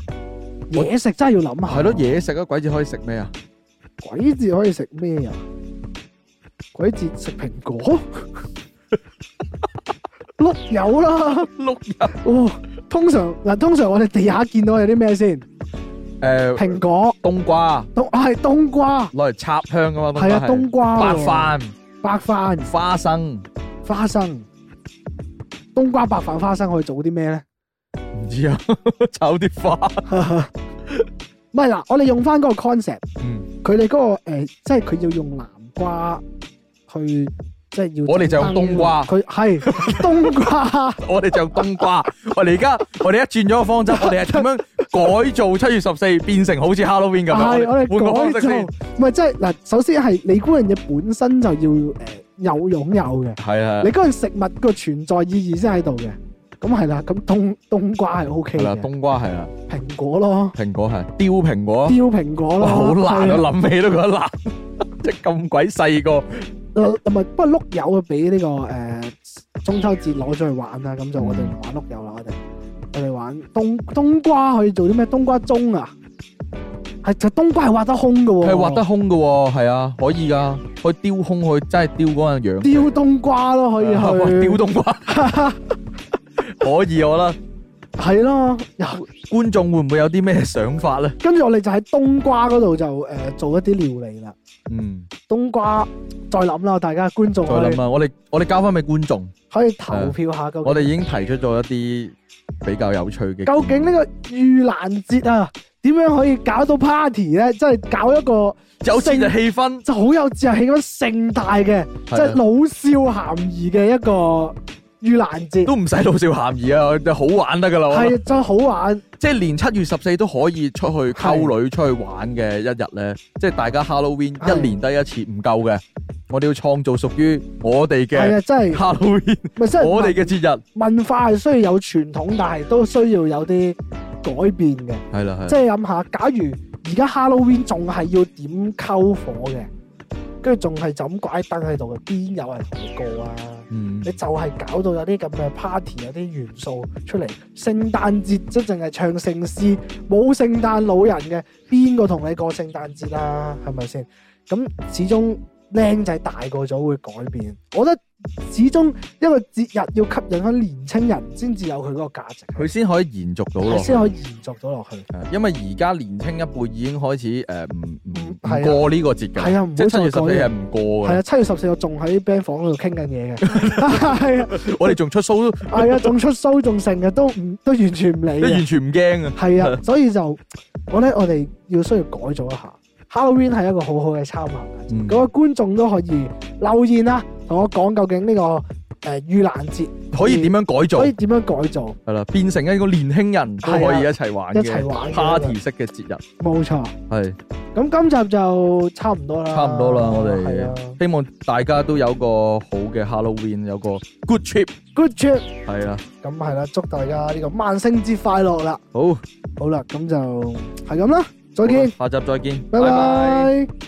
S2: 我
S1: 嘢食真係要諗下，
S2: 係咯，嘢食啊，鬼節可以食咩啊？
S1: 鬼節可以食咩啊？鬼節食蘋 果，碌柚啦。
S2: 碌柚
S1: 哦，通常嗱，通常我哋地下見到有啲咩先？
S2: 誒，
S1: 蘋果，
S2: 冬瓜
S1: 冬係冬瓜，
S2: 攞嚟插香噶嘛？
S1: 係啊，冬瓜
S2: 白
S1: 喎、
S2: 飯、
S1: 白飯、
S2: 花生，
S1: 花生、冬瓜、白飯、花生可以做啲咩咧？
S2: 唔知啊，炒啲花。
S1: 唔係嗱，我哋用翻嗰個 concept，
S2: 嗯。
S1: 佢哋嗰個呃即係佢要用南瓜去，即係要
S2: 我哋就用冬瓜
S1: 佢係 冬瓜。
S2: 我哋就用冬瓜。我哋而家我哋一轉咗個方針，我哋係點樣改造七月十四變成好似 Halloween 咁
S1: 係，
S2: 樣？
S1: 我
S2: 換個
S1: 哋
S2: 方
S1: 改
S2: 式
S1: 造，
S2: 先。
S1: 唔係即係嗱，首先係你嗰樣嘢本身就要誒、呃有擁有嘅，
S2: 係啊
S1: 你，嗰樣食物個存在意義先喺度嘅。咁係啦，咁冬冬瓜係 O K
S2: 係啦，
S1: 嘅，
S2: 冬瓜係啦，
S1: 蘋果咯，
S2: 蘋果係，雕蘋果
S1: 雕，蘋果咯，
S2: 哇，好難
S1: 係
S2: 啊！
S1: 啦
S2: 諗起都覺得 難，即係咁鬼細個。
S1: 呃同埋不過碌柚啊，俾呢個誒中秋節攞咗去玩啦，咁就我哋
S2: 嗯
S1: 唔玩碌柚啦，我哋我哋玩冬冬瓜可以做啲咩？冬瓜盅啊，係就冬瓜係挖得空嘅喎，
S2: 係畫得空嘅喎，係啊，可以噶，可以雕空，可以真係雕嗰陣樣。
S1: 雕冬瓜咯，可以
S2: 啊 哇
S1: 去
S2: 雕冬瓜， 可以我啦。
S1: 係咯，又
S2: 觀眾會唔會有啲咩想法咧？
S1: 跟住我哋就喺冬瓜嗰度就誒、呃做一啲料理啦。
S2: 嗯，
S1: 冬瓜再諗啦，大家觀眾
S2: 再
S1: 可以
S2: 諗啊，我哋我哋交翻俾觀眾。
S1: 可以投票下究
S2: 我哋
S1: 竟
S2: 已經提出咗一啲比較有趣嘅建議，
S1: 究竟呢個盂蘭節啊，點樣可以搞到 party 咧？即係搞一個
S2: 有節日氣氛，
S1: 就好有節日氣氛盛大嘅，即係
S2: 係啊
S1: 老少咸宜嘅一個盂蘭節，
S2: 都唔使老少咸宜啊，就好玩得噶啦。我覺得
S1: 係真係好玩，
S2: 即係連七月十四都可以出去溝女、出去玩嘅一日咧，即係大家 Halloween
S1: 係
S2: 一年得一次唔夠嘅，我哋要創造屬於我哋
S1: 係
S2: 嘅
S1: 啊，真係
S2: Halloween，
S1: 咪真係
S2: 我哋嘅節日。
S1: 文化係需要有傳統，但係都需要有啲改變嘅。
S2: 係啦，係
S1: 即
S2: 啦。
S1: 係諗下，假如而家 Halloween 仲係要點篝火嘅，跟住仲係就咁掛燈喺度嘅，邊有人同你過啊？
S2: 嗯
S1: 你，就係搞到有啲咁嘅 party，有啲元素出嚟。聖誕節即係淨係唱聖詩，冇聖誕老人嘅，邊個同你過聖誕節啊？係咪先？咁始終靚仔大個咗會改變，我覺得始終一個節日要吸引翻年青人先至有佢嗰個價值，
S2: 佢先可以延續到落
S1: 係
S2: 去
S1: 先。可以延續到落去。
S2: 係因為而家年青一輩已經開始誒唔唔
S1: 嗯
S2: 唔
S1: 係啊
S2: 過呢個節㗎
S1: 係啊唔
S2: 啦，
S1: 好
S2: 即係七月十
S1: 再
S2: 四
S1: 過
S2: 係唔過
S1: 係
S2: 㗎
S1: 啊，
S2: 啦。
S1: 七月十四我仲喺 band 房嗰度傾緊嘢嘅， 係啊，
S2: 我哋仲出 show 都
S1: 係啊，仲出 show 仲剩嘅，都唔都完全唔理
S2: 都
S1: 嘅，
S2: 完全唔驚啊！
S1: 係啊，所以就我咧，我哋要需要改造一下， Halloween 係一個好好嘅參考價值。
S2: 嗯
S1: 各位觀眾都可以留言啦，同我講究竟呢、個誒盂蘭節
S2: 可以點樣改造
S1: 可以？點樣改造？
S2: 係啦，變成一個年輕人都可以一齊玩
S1: 係啊一齊玩
S2: 嘅
S1: 嘅
S2: party 式嘅節日，
S1: 冇錯。
S2: 係
S1: 咁今集就差唔多啦，
S2: 差唔多啦。我
S1: 係啊
S2: 哋希望大家都有個好嘅 Halloween，有個 good trip，
S1: good trip，
S2: 係啊啦，
S1: 咁係啦，祝大家呢個萬聖節快樂啦！
S2: 好，
S1: 好啦，咁就係咁啦，再見，
S2: 好啦下集再見，
S1: 拜拜